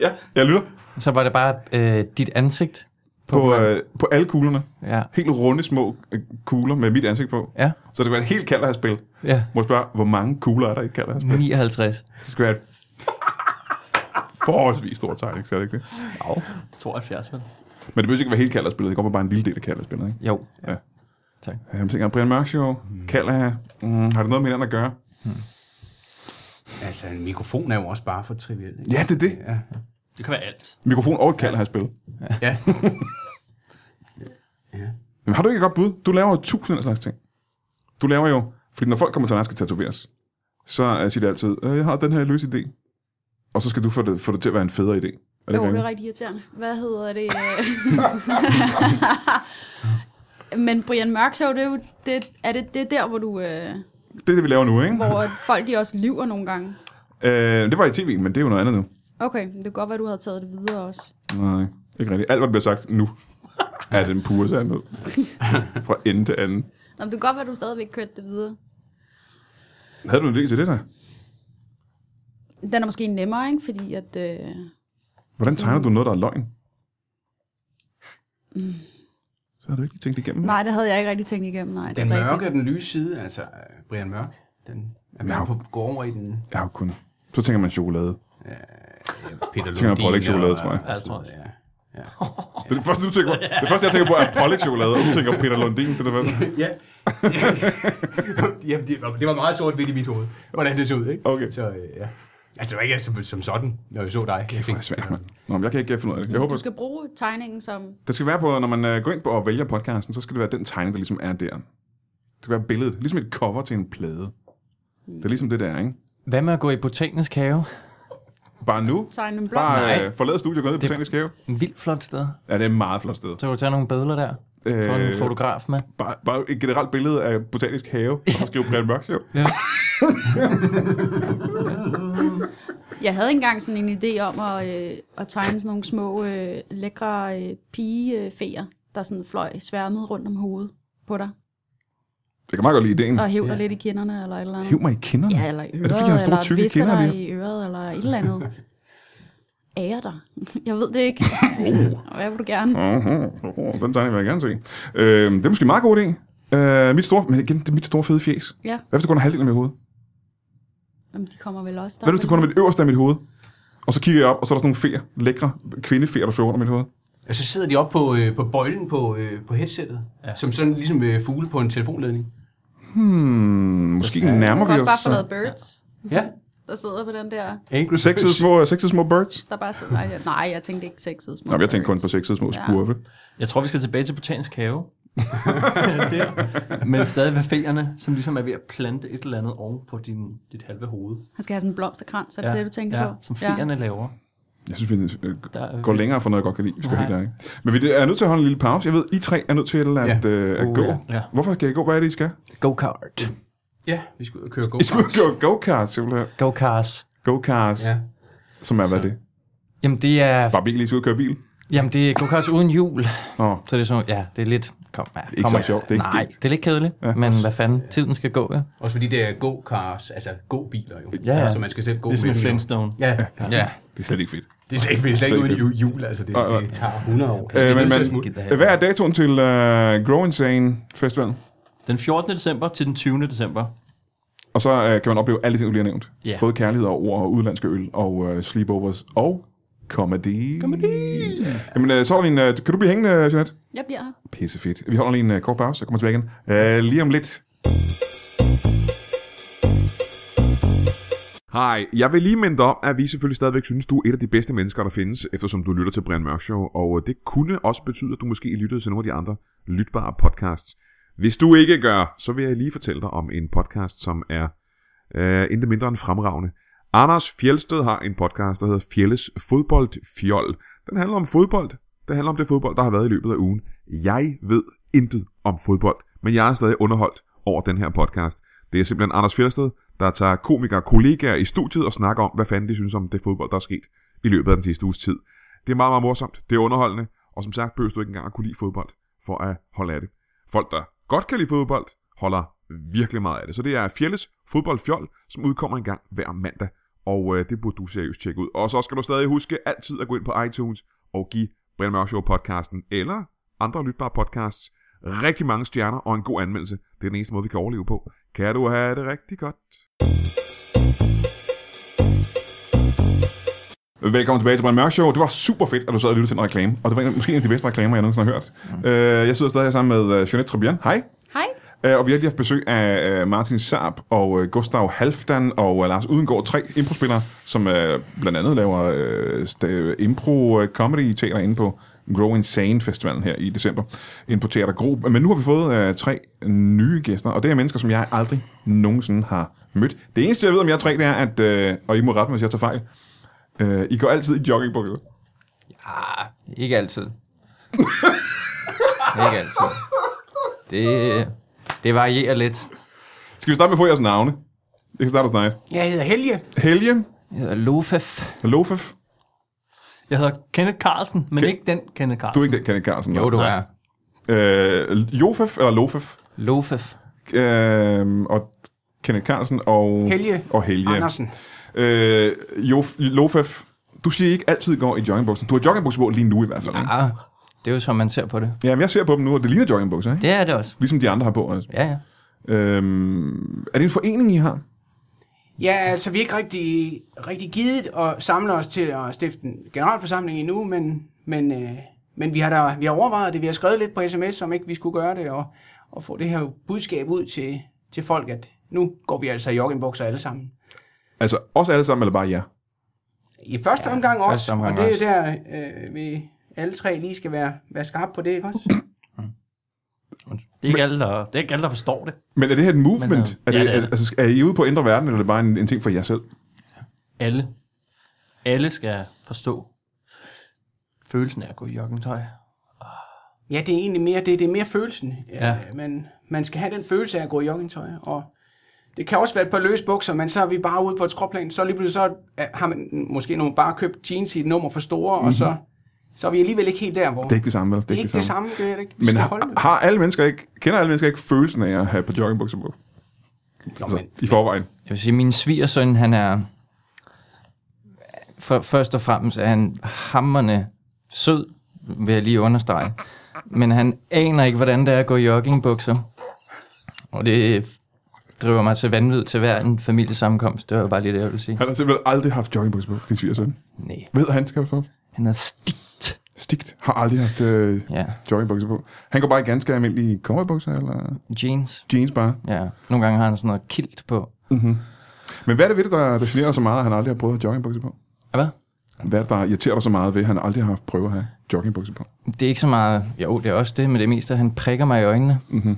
Speaker 1: ja, jeg lytter
Speaker 3: så var det bare øh, dit ansigt?
Speaker 1: på, øh, på alle kuglerne.
Speaker 3: Ja.
Speaker 1: Helt runde små øh, kugler med mit ansigt på.
Speaker 3: Ja.
Speaker 1: Så det skal være et helt kalderhalsspil.
Speaker 3: Ja.
Speaker 1: Må jeg spørge, hvor mange kugler er der i et kalderhalsspil?
Speaker 3: 59.
Speaker 1: Det skal være et forholdsvis stor tegning, skal det ikke det?
Speaker 5: 72, vel?
Speaker 1: Men det behøver ikke være helt kalderspillet. Det kommer bare en lille del af kalderspillet, ikke?
Speaker 3: Jo.
Speaker 1: Ja.
Speaker 3: Tak.
Speaker 1: Jeg tænker, Brian Mørk Show, mm. Kalder, mm, har det noget med hinanden at gøre?
Speaker 4: Altså, en mikrofon er jo også bare for trivielt. ikke?
Speaker 1: Ja, det er det.
Speaker 4: Ja.
Speaker 5: Det kan være alt.
Speaker 1: Mikrofon og et kald har jeg spillet.
Speaker 4: ja.
Speaker 1: Men har du ikke et godt bud? Du laver jo tusind af slags ting. Du laver jo, fordi når folk kommer til dig og skal tatoveres, så øh, siger de altid, øh, jeg har den her løse idé. Og så skal du få det, få det til at være en federe idé. Er det
Speaker 2: Jo,
Speaker 1: ikke rigtigt?
Speaker 2: det er rigtig irriterende. Hvad hedder det? Men Brian Mørk Show, det er jo det, er det, det er der, hvor, du, øh,
Speaker 1: det er det, vi laver nu, ikke?
Speaker 2: hvor folk de også lyver nogle gange.
Speaker 1: Øh, det var i tv, men det er jo noget andet nu.
Speaker 2: Okay, det kan godt være, du havde taget det videre også.
Speaker 1: Nej, ikke rigtigt. Alt, hvad der bliver sagt nu, er den pure sandhed. Fra ende til anden.
Speaker 2: Nå, men det kan godt være, du stadigvæk kørte det videre.
Speaker 1: Havde du en idé til det der?
Speaker 2: Den er måske nemmere, ikke? Fordi at... Øh,
Speaker 1: Hvordan tegner du noget, der er løgn? Så har du ikke lige tænkt igennem.
Speaker 2: nej, det havde jeg ikke rigtig tænkt igennem. Nej, det
Speaker 4: Den
Speaker 2: er rigtigt.
Speaker 4: mørke og den lyse side, altså øh, Brian Mørk, den er med
Speaker 1: Ja.
Speaker 4: på går over i den
Speaker 1: Jeg har jo kun. Så tænker man chokolade.
Speaker 4: øh, Peter
Speaker 1: tænker jeg på
Speaker 4: Lundin
Speaker 1: pålægschokolade,
Speaker 4: og-
Speaker 1: tror jeg.
Speaker 4: og sådan noget, Ja,
Speaker 1: Det, er det, første, du tænker på, det første, jeg tænker på, er Pollock-chokolade, og du tænker Peter Lundin. Det er det første.
Speaker 4: ja. Jamen, det, var, det var meget sort vidt i mit hoved, hvordan det så ud, ikke?
Speaker 1: Okay.
Speaker 4: Så, øh, ja. Altså, det var ikke som, som sådan, når jeg så dig.
Speaker 1: Kæft, hvor er det svært, mand. Nå, men jeg kan ikke øh, finde ud af det. Jeg håber,
Speaker 2: Du skal bruge tegningen som...
Speaker 1: det skal være på, når man øh, går ind på og vælger podcasten, så skal det være den tegning, der ligesom er der. Det skal være billedet. Ligesom et cover til en plade. Det er ligesom det, der er, ikke?
Speaker 3: Hvad med at gå i botanisk have?
Speaker 1: Bare nu.
Speaker 2: tegne en blomst.
Speaker 1: Bare øh, forlade studiet og gå ned på
Speaker 3: Det-
Speaker 1: Botanisk Have.
Speaker 3: En vildt flot sted.
Speaker 1: Ja, det er et meget flot sted.
Speaker 3: Så kan du tage nogle billeder der. Få en
Speaker 1: Øh,
Speaker 3: fotograf med.
Speaker 1: Bare, bare et generelt billede af Botanisk Have, og så skrive Brian Mørk Show. Ja.
Speaker 2: Jeg havde engang sådan en idé om at, øh, at tegne sådan nogle små, øh, lækre øh, pigefeer, der sådan fløj sværmet rundt om hovedet på dig,
Speaker 1: Jeg kan meget godt lide ideen.
Speaker 2: og hæv dig lidt i kinderne eller et eller andet.
Speaker 1: Hiv mig i kinderne.
Speaker 2: Ja, eller
Speaker 1: er
Speaker 2: i
Speaker 1: det fordi, jeg har
Speaker 2: øret,
Speaker 1: store
Speaker 2: eller
Speaker 1: tykke
Speaker 2: visker
Speaker 1: kinder?
Speaker 2: dig
Speaker 1: lige?
Speaker 2: i øret, eller et eller andet. Ære dig. Jeg ved det ikke.
Speaker 1: Oh.
Speaker 2: Hvad vil du gerne?
Speaker 1: Uh-huh. Den tegning vil jeg gerne se. Øh, det er måske en meget god idé. Øh, mit store, men igen, det er mit store fede fjes.
Speaker 2: Ja,
Speaker 1: Hvad hvis det kun er halvdelen af mit hoved?
Speaker 2: Jamen, de kommer vel også der.
Speaker 1: Hvad hvis det kun er mit øverste af mit hoved? Og så kigger jeg op, og så er der sådan nogle feer, lækre kvindefeer, der flyver under mit hoved.
Speaker 4: Og så sidder de oppe på, øh, på bøjlen på, øh, på headsettet, ja. som sådan ligesom øh, fugle på en telefonledning.
Speaker 1: Hmm, måske
Speaker 2: Mm, Du
Speaker 1: nærmer
Speaker 2: kan
Speaker 1: vi
Speaker 2: også
Speaker 1: os.
Speaker 2: bare få lavet birds,
Speaker 4: Ja.
Speaker 2: der sidder på den der,
Speaker 4: Angry
Speaker 1: Sexede små, sexede små birds.
Speaker 2: der bare sidder. Nej, jeg, nej, jeg tænkte ikke sexet. små
Speaker 1: Nå, men jeg tænkte kun
Speaker 2: birds.
Speaker 1: på sexede små
Speaker 2: Ja.
Speaker 1: spurve.
Speaker 5: Jeg tror, vi skal tilbage til Botanisk Have. der, men stadig ved feerne, som ligesom er ved at plante et eller andet oven på din, dit halve hoved.
Speaker 2: Han skal have sådan en blomsterkrans, er det
Speaker 5: Ja,
Speaker 2: ja. det, du tænker
Speaker 5: ja,
Speaker 2: på?
Speaker 5: Som feerne ja. laver.
Speaker 1: Jeg synes, vi øh,
Speaker 5: Der er-
Speaker 1: går længere fra noget, jeg godt kan lide. Vi skal
Speaker 5: Nej.
Speaker 1: helt ærligt. Men vi er nødt til at holde en lille pause. Jeg ved, I tre er nødt til at, at, øh, at
Speaker 3: Uh,
Speaker 1: gå.
Speaker 3: ja.
Speaker 5: Ja.
Speaker 1: Hvorfor kan I gå? Hvad er det, I skal?
Speaker 3: Go-kart.
Speaker 4: Ja, vi skulle køre go
Speaker 1: I skal ud og køre go-kart, simpelthen.
Speaker 3: Go-karts.
Speaker 1: Go-karts, ja.
Speaker 4: Ja.
Speaker 1: som er, hvad er det?
Speaker 3: Jamen det er,
Speaker 1: Bare bil, I skal ud og køre bil.
Speaker 3: jamen det er go-karts uden hjul.
Speaker 1: Åh,
Speaker 3: Så det er sådan, ja, det er lidt... Kom, ja,
Speaker 1: ikke
Speaker 3: kommer-
Speaker 1: så sjovt, det er ikke
Speaker 3: Nej,
Speaker 1: det.
Speaker 3: det er lidt kedeligt, ja. men hvad fanden, tiden skal gå, ja.
Speaker 4: Også fordi det er go-cars, altså go-biler jo.
Speaker 3: Ja, ja.
Speaker 4: Så man skal selv gå
Speaker 5: Ligesom
Speaker 4: med
Speaker 5: en
Speaker 4: dem jo.
Speaker 5: Flintstone.
Speaker 4: Ja,
Speaker 3: Ja.
Speaker 1: det er slet ikke fedt.
Speaker 4: det er slet ikke, det er slet ikke
Speaker 1: Slet ikke
Speaker 4: uden jul, altså det,
Speaker 1: Nej, nej.
Speaker 4: det tager 100 år.
Speaker 1: Øh, men, men,
Speaker 3: smutte.
Speaker 1: hvad er datoen til uh, Grow Insane Festival?
Speaker 5: Den 14. december til den 20. december.
Speaker 1: Og så uh, kan man opleve alle de ting, du lige har nævnt.
Speaker 5: Ja.
Speaker 1: Både kærlighed og ord og udlandske øl og uh, sleepovers og comedy. Comedy! Jamen, uh, så er der en... Uh, kan du blive hængende, Jeanette?
Speaker 2: Jeg bliver her.
Speaker 1: Pissefedt. Vi holder lige en uh, kort pause, så kommer tilbage igen. Uh, lige om lidt.
Speaker 6: Hej, jeg vil lige minde dig om, at vi selvfølgelig stadigvæk synes, du er et af de bedste mennesker, der findes, eftersom du lytter til Brian Mørk Show, og øh, det kunne også betyde, at du måske lyttede til nogle af de andre lytbare podcasts. Hvis du ikke gør, så vil jeg lige fortælle dig om en podcast, som er øh, intet mindre end fremragende. Anders Fjelsted har en podcast, der hedder Fjelles Fodboldfjold. Den handler om fodbold. Den handler om det fodbold, der har været i løbet af ugen. Jeg ved intet om fodbold, men jeg er stadig underholdt over den her podcast. Det er simpelthen Anders Fjelsted, der tager komikere og kollegaer i studiet og snakker om, hvad fanden de synes om det fodbold, der er sket i løbet af den sidste uges tid. Det er meget, meget morsomt. Det er underholdende. Og som sagt, behøver du ikke engang at kunne lide fodbold for at holde af det. Folk, der godt kan lide fodbold, holder virkelig meget af det. Så det er Fjelles Fodboldfjol, som udkommer en gang hver mandag. Og øh, det burde du seriøst tjekke ud. Og så skal du stadig huske altid at gå ind på iTunes og give Brian Mørk Show podcasten eller andre lytbare podcasts rigtig mange stjerner og en god anmeldelse. Det er den eneste måde, vi kan overleve på. Kan du have det rigtig godt?
Speaker 1: Velkommen tilbage til Brian Mørk Show. Det var super fedt, at du sad og lyttede til en reklame. Og det var en, måske en af de bedste reklamer, jeg nogensinde har hørt.
Speaker 6: Mm.
Speaker 1: Uh, jeg sidder stadig her sammen med uh, Jeanette Trebjerg. Hej.
Speaker 2: Hej.
Speaker 1: Øh, Og vi har lige haft besøg af øh, Martin Saab og øh, Gustav Halfdan og øh, Lars Udengård, tre improspillere, som øh, blandt andet laver øh, sta- impro øh, comedy teater inde på Grow Insane Festivalen her i december, inde på Teater Gro. Men nu har vi fået øh, tre nye gæster, og det er mennesker, som jeg aldrig nogensinde har mødt. Det eneste, jeg ved om jer tre, det er, at, øh, og I må rette mig, hvis jeg tager fejl, øh, I går altid i joggingbukser.
Speaker 3: Ah, ikke altid. ikke altid. Det, det varierer lidt.
Speaker 1: Skal vi starte med at få jeres navne? Jeg kan starte hos dig.
Speaker 4: Jeg hedder Helge.
Speaker 1: Helge,
Speaker 3: Jeg hedder Lofef.
Speaker 1: Lofef,
Speaker 5: Jeg hedder Kenneth Carlsen, men ikke den
Speaker 1: du
Speaker 5: Kenneth Carlsen.
Speaker 1: er ikke den, Kenneth Carlsen.
Speaker 3: Jo, du er.
Speaker 1: Øh, Jofef, eller Lofef,
Speaker 3: Lofef.
Speaker 1: øh, og Kenneth Carlsen og
Speaker 4: Helge.
Speaker 1: Og Helge.
Speaker 4: Andersen.
Speaker 1: Øh, Jof, Lofef, du siger I ikke altid går i joggingbukser. Du har joggingbukser på lige nu i hvert fald. ikke?
Speaker 3: Ah, det er jo som man ser på det.
Speaker 1: Ja, men jeg ser på dem nu, og det ligner joggingbukser, ikke?
Speaker 3: Det er det også.
Speaker 1: Ligesom de andre har på. Altså.
Speaker 3: Ja, ja.
Speaker 1: Øhm, er det en forening, I har?
Speaker 4: Ja, altså vi er ikke rigtig, rigtig givet at samle os til at stifte en generalforsamling endnu, men, men, øh, men vi, har da, vi har overvejet det. Vi har skrevet lidt på sms, om ikke vi skulle gøre det, og, og få det her budskab ud til, til folk, at nu går vi altså i joggingbukser alle sammen.
Speaker 1: Altså os alle sammen, eller bare jer?
Speaker 4: I første ja, omgang også,
Speaker 3: første omgang
Speaker 4: og det
Speaker 3: også.
Speaker 4: er der, øh, vi alle tre lige skal være, være skarpe på det, ikke også?
Speaker 5: Det er ikke alle, der, det er ikke alle, der forstår det.
Speaker 1: Men er det her et movement?
Speaker 5: Men, øh,
Speaker 1: er, det,
Speaker 5: ja, det er
Speaker 1: er,
Speaker 5: det.
Speaker 1: altså, er I ude på at ændre verden, eller er det bare en, en ting for jer selv?
Speaker 5: Alle. alle skal forstå følelsen af at gå i joggingtøj.
Speaker 4: Ja, det er egentlig mere, det, det er mere følelsen.
Speaker 5: Ja.
Speaker 4: Øh, man, man skal have den følelse af at gå i joggingtøj, og det kan også være et par løse bukser, men så er vi bare ude på et skråplan, så lige pludselig så øh, har man måske nogle bare købt jeans i et nummer for store, mm-hmm. og så, så er vi alligevel ikke helt der, hvor...
Speaker 1: Mhm. Det er ikke det samme, vel?
Speaker 4: det er ikke det samme, det er det ikke. Vi
Speaker 1: Men
Speaker 4: skal
Speaker 1: har,
Speaker 4: holde det.
Speaker 1: har alle mennesker ikke, kender alle mennesker ikke følelsen af at have på joggingbukser på? Altså,
Speaker 4: men-
Speaker 1: I forvejen.
Speaker 3: Jeg vil sige, min svigersøn, han er... For, først og fremmest er han hammerne sød, vil jeg lige understrege. Men han aner ikke, hvordan det er at gå i joggingbukser. Og det driver mig til vanvid til hver en familiesammenkomst. Det var bare lige det, jeg ville sige.
Speaker 1: Han har simpelthen aldrig haft joggingbukser på, din svigersøn.
Speaker 3: Nej,
Speaker 1: Ved han, skal jeg forstå?
Speaker 3: han er stigt.
Speaker 1: Stigt har aldrig haft øh,
Speaker 3: Ja,
Speaker 1: joggingbukser på. Han går bare i ganske almindelige cowboybukser eller
Speaker 3: jeans.
Speaker 1: jeans bare.
Speaker 3: Ja, nogle gange har han sådan noget kilt på.
Speaker 1: Men hvad er det ved det, der, der generer dig så meget, at han aldrig har prøvet at have joggingbukser på?
Speaker 3: Hvad?
Speaker 1: Hvad er det, der irriterer dig så meget ved, at han aldrig har haft prøvet at have joggingbukser på?
Speaker 3: Det er ikke så meget... Jo, det er også det, men det er mest, at han prikker mig i øjnene. Mm-hmm.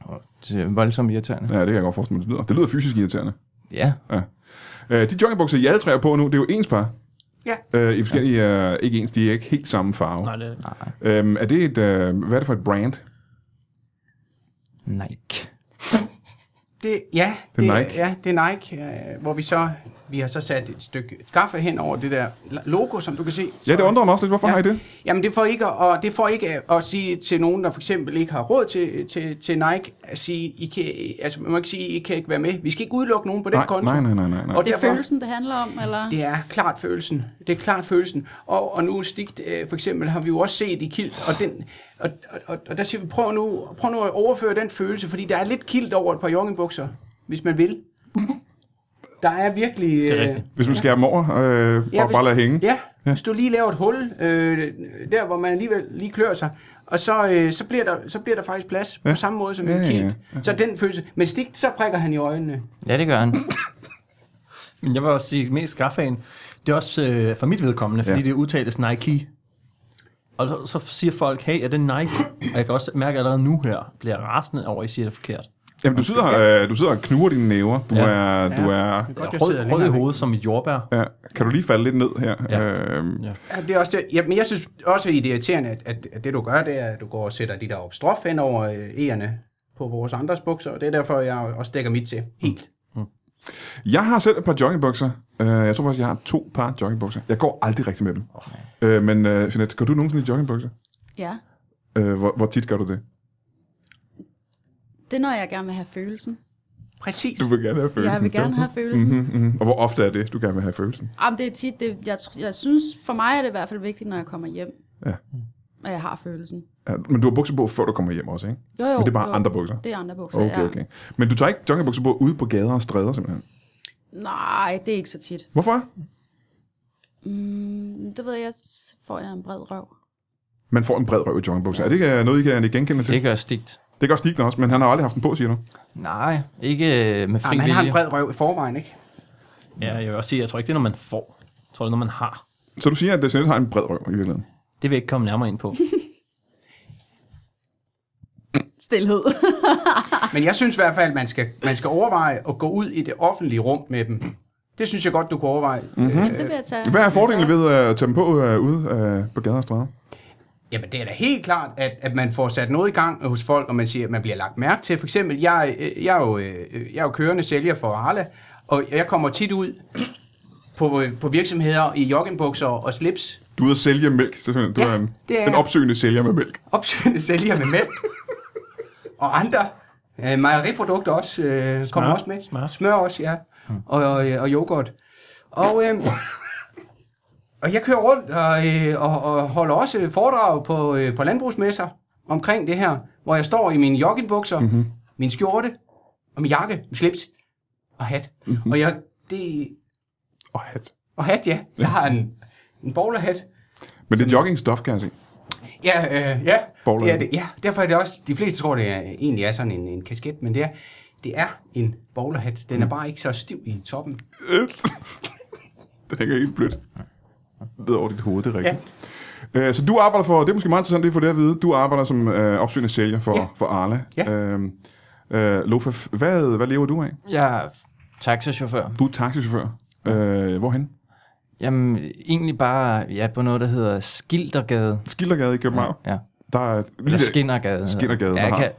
Speaker 3: Og det er voldsomt irriterende.
Speaker 1: Ja, det kan jeg godt forestille mig, det lyder. Det lyder fysisk irriterende.
Speaker 3: Ja,
Speaker 1: Øh, de joggingbukser, I alle tre er på nu, det er jo ens par.
Speaker 4: Ja.
Speaker 1: Øh, I forskellige, ja. øh, ikke ens, de er ikke helt samme farve.
Speaker 5: Nej, det,
Speaker 1: Øhm, er det et, øh, hvad er det for et brand?
Speaker 3: Nike.
Speaker 4: Det, ja,
Speaker 1: Det er Nike.
Speaker 4: Ja, det er Nike, øh, hvor vi så vi har så sat et stykke kaffe hen over det der la- logo, som du kan se. Så,
Speaker 1: Ja, det undrer mig også lidt. Hvorfor ja. har I det?
Speaker 4: Jamen det får ikke at, og det får ikke at, at sige til nogen, der for eksempel ikke har råd til, til, til Nike, at sige, I kan, altså man må ikke sige, I kan ikke være med. Vi skal ikke udelukke nogen på den
Speaker 1: Nej,
Speaker 4: konto.
Speaker 1: nej, nej, nej, nej, nej.
Speaker 4: Og
Speaker 2: Det er
Speaker 4: derfor-
Speaker 2: følelsen, det handler om, eller?
Speaker 4: Det er klart følelsen. Det er klart følelsen. Og, og nu stigt, øh, for eksempel, har vi jo også set i Kilt, og, den, og, og- og, og der siger vi, prøv nu, prøv nu at overføre den følelse, fordi der er lidt Kilt over et par joggingbukser, hvis man vil. Der er virkelig... Øh,
Speaker 5: det er rigtigt.
Speaker 1: Hvis man skærer dem over øh, og
Speaker 4: hvis-
Speaker 1: bare lader hænge.
Speaker 4: Ja, hvis du lige laver et hul, øh, der hvor man alligevel lige klør sig, og så, øh, så, bliver, der, så bliver der faktisk plads ja. på samme måde som ja,
Speaker 1: Ja,
Speaker 4: en
Speaker 1: ja,
Speaker 4: kilt. Så den følelse. Men stigt, så prikker han i øjnene.
Speaker 3: Ja, det gør han.
Speaker 5: Men jeg vil også sige, mest skaffaen, det er også øh, for mit vedkommende, fordi
Speaker 1: Ja.
Speaker 5: ja. det udtales Nike. Og så, så siger folk, hey, er det Nike? Og jeg kan også mærke allerede nu her, bliver jeg rasende over, at I siger det forkert.
Speaker 1: Jamen, du sidder, øh, du sidder og knuger dine næver. Du
Speaker 5: Ja.
Speaker 1: er... Du er
Speaker 5: Jeg
Speaker 4: jeg
Speaker 5: er rød,
Speaker 4: sidder
Speaker 5: rød i
Speaker 4: længere væk.
Speaker 5: hovedet som et jordbær.
Speaker 1: ja. Kan du lige falde lidt ned her?
Speaker 5: Ja.
Speaker 1: Øhm,
Speaker 5: Ja.
Speaker 4: Ja, det er også det. Ja, men jeg synes også, at det er irriterende, at, at, at det du gør, det er, at du går og sætter de der opstrof hen over øh, ærerne på vores andres bukser, og det er derfor, jeg også dækker mit til helt.
Speaker 1: Mm. Jeg har selv et par joggingbukser. Øh, jeg tror faktisk, jeg har to par joggingbukser. Jeg går aldrig rigtig med dem. Øh, men øh, Jeanette, går du nogensinde i joggingbukser?
Speaker 2: Ja.
Speaker 1: Øh, hvor, hvor tit gør du det?
Speaker 2: Det er, når jeg gerne vil have følelsen.
Speaker 4: Præcis.
Speaker 1: Du vil gerne have følelsen.
Speaker 2: Jeg vil gerne have følelsen. Mm-hmm.
Speaker 1: Mm-hmm, mm-hmm. Og hvor ofte er det, du gerne vil have følelsen?
Speaker 2: Jamen, det er tit, det, jeg, tr- jeg synes, for mig er det i hvert fald vigtigt, når jeg kommer hjem,
Speaker 1: Ja.
Speaker 2: at jeg har følelsen.
Speaker 1: Ja, men du har bukser på, før du kommer hjem også, ikke?
Speaker 2: Jo, jo,
Speaker 1: men det er bare
Speaker 2: jo.
Speaker 1: andre bukser.
Speaker 2: Det er andre bukser,
Speaker 1: Okay,
Speaker 2: ja.
Speaker 1: okay. Men du tager ikke joggingbukser på ude på gader og stræder, simpelthen?
Speaker 2: Nej, det er ikke så tit.
Speaker 1: Hvorfor?
Speaker 2: Mm, det ved jeg, så får jeg en bred røv.
Speaker 1: Man får en bred røv i joggingbukser. Er det ikke øh, noget, I kan ikke genkende til?
Speaker 3: Det gør stigt.
Speaker 1: Det gør Stigner også, men han har aldrig haft den på, siger du.
Speaker 3: Nej, ikke øh, med fri
Speaker 4: Ja, men han har en
Speaker 3: vilje.
Speaker 4: bred røv i forvejen, ikke?
Speaker 5: ja, jeg vil også sige, jeg tror ikke, det er, når man får. Jeg tror, det er, når man har.
Speaker 1: Så du siger, at Jeanette har en bred røv i virkeligheden?
Speaker 5: Det vil jeg ikke komme nærmere ind på.
Speaker 2: Stilhed.
Speaker 4: Men jeg synes i hvert fald, at man skal, man skal overveje at gå ud i det offentlige rum med dem. Det synes jeg godt, du kunne overveje. Mm-hmm.
Speaker 2: det vil jeg tage.
Speaker 1: Hvad er fordelen ved øh, at tage dem på øh, ude øh, på gader og stræder?
Speaker 4: Jamen, det er da helt klart, at, at man får sat noget i gang hos folk, og man siger, at man bliver lagt mærke til. For eksempel, jeg, øh, jeg, er, jo, øh, jeg er jo kørende sælger for Arla, og jeg kommer tit ud på, øh, på virksomheder i joggingbukser og slips.
Speaker 1: Du er ude at sælge mælk, simpelthen. Du
Speaker 4: Ja,
Speaker 1: er en,
Speaker 4: det er
Speaker 1: en
Speaker 4: jeg.
Speaker 1: opsøgende sælger med mælk.
Speaker 4: Opsøgende sælger med mælk. og andre øh, mejeriprodukter også øh, kommer også med.
Speaker 5: smør. Mm.
Speaker 4: Smør også, ja. Og, og, øh, og yoghurt. Og, øh, og jeg kører rundt og, øh, og, og holder også foredrag på, øh, på landbrugsmesser omkring det her, hvor jeg står i mine joggingbukser,
Speaker 5: Mhm.
Speaker 4: mm-hmm. min skjorte og min jakke, min slips og hat.
Speaker 5: Mhm.
Speaker 4: Mm-hmm. Og jeg, det,
Speaker 1: Og oh, hat.
Speaker 4: og hat, ja. Jeg har en, en bowlerhat.
Speaker 1: Men det er joggingstof, kan jeg se.
Speaker 4: Ja, øh, ja.
Speaker 1: Bowler.
Speaker 4: Det er det, ja, derfor er det også, de fleste tror, det er, egentlig er sådan en, en kasket, men det er, det er en bowlerhat. Den er bare ikke så stiv i toppen.
Speaker 1: Øh. Den hænger helt blødt. Ned over dit hoved, det er rigtigt. Ja. Øh, så du arbejder for, det er måske meget interessant lige at få det at vide, du arbejder som øh, opsøgende sælger for, ja.
Speaker 4: Ja.
Speaker 1: for Arla.
Speaker 4: Ja.
Speaker 1: Øhm, øh, Lofaf, hvad, hvad lever du af?
Speaker 3: Jeg er taxachauffør
Speaker 1: Du er taxichauffør. Øh, hvorhen?
Speaker 3: Jamen, egentlig bare ja, på noget, der hedder Skildergade.
Speaker 1: Skildergade i København.
Speaker 3: Ja.
Speaker 1: Der er et
Speaker 3: Eller
Speaker 1: lille-
Speaker 3: Skinnergade. hedder det.
Speaker 1: Skinnergade,
Speaker 3: Ja, jeg
Speaker 1: aha.
Speaker 3: kan,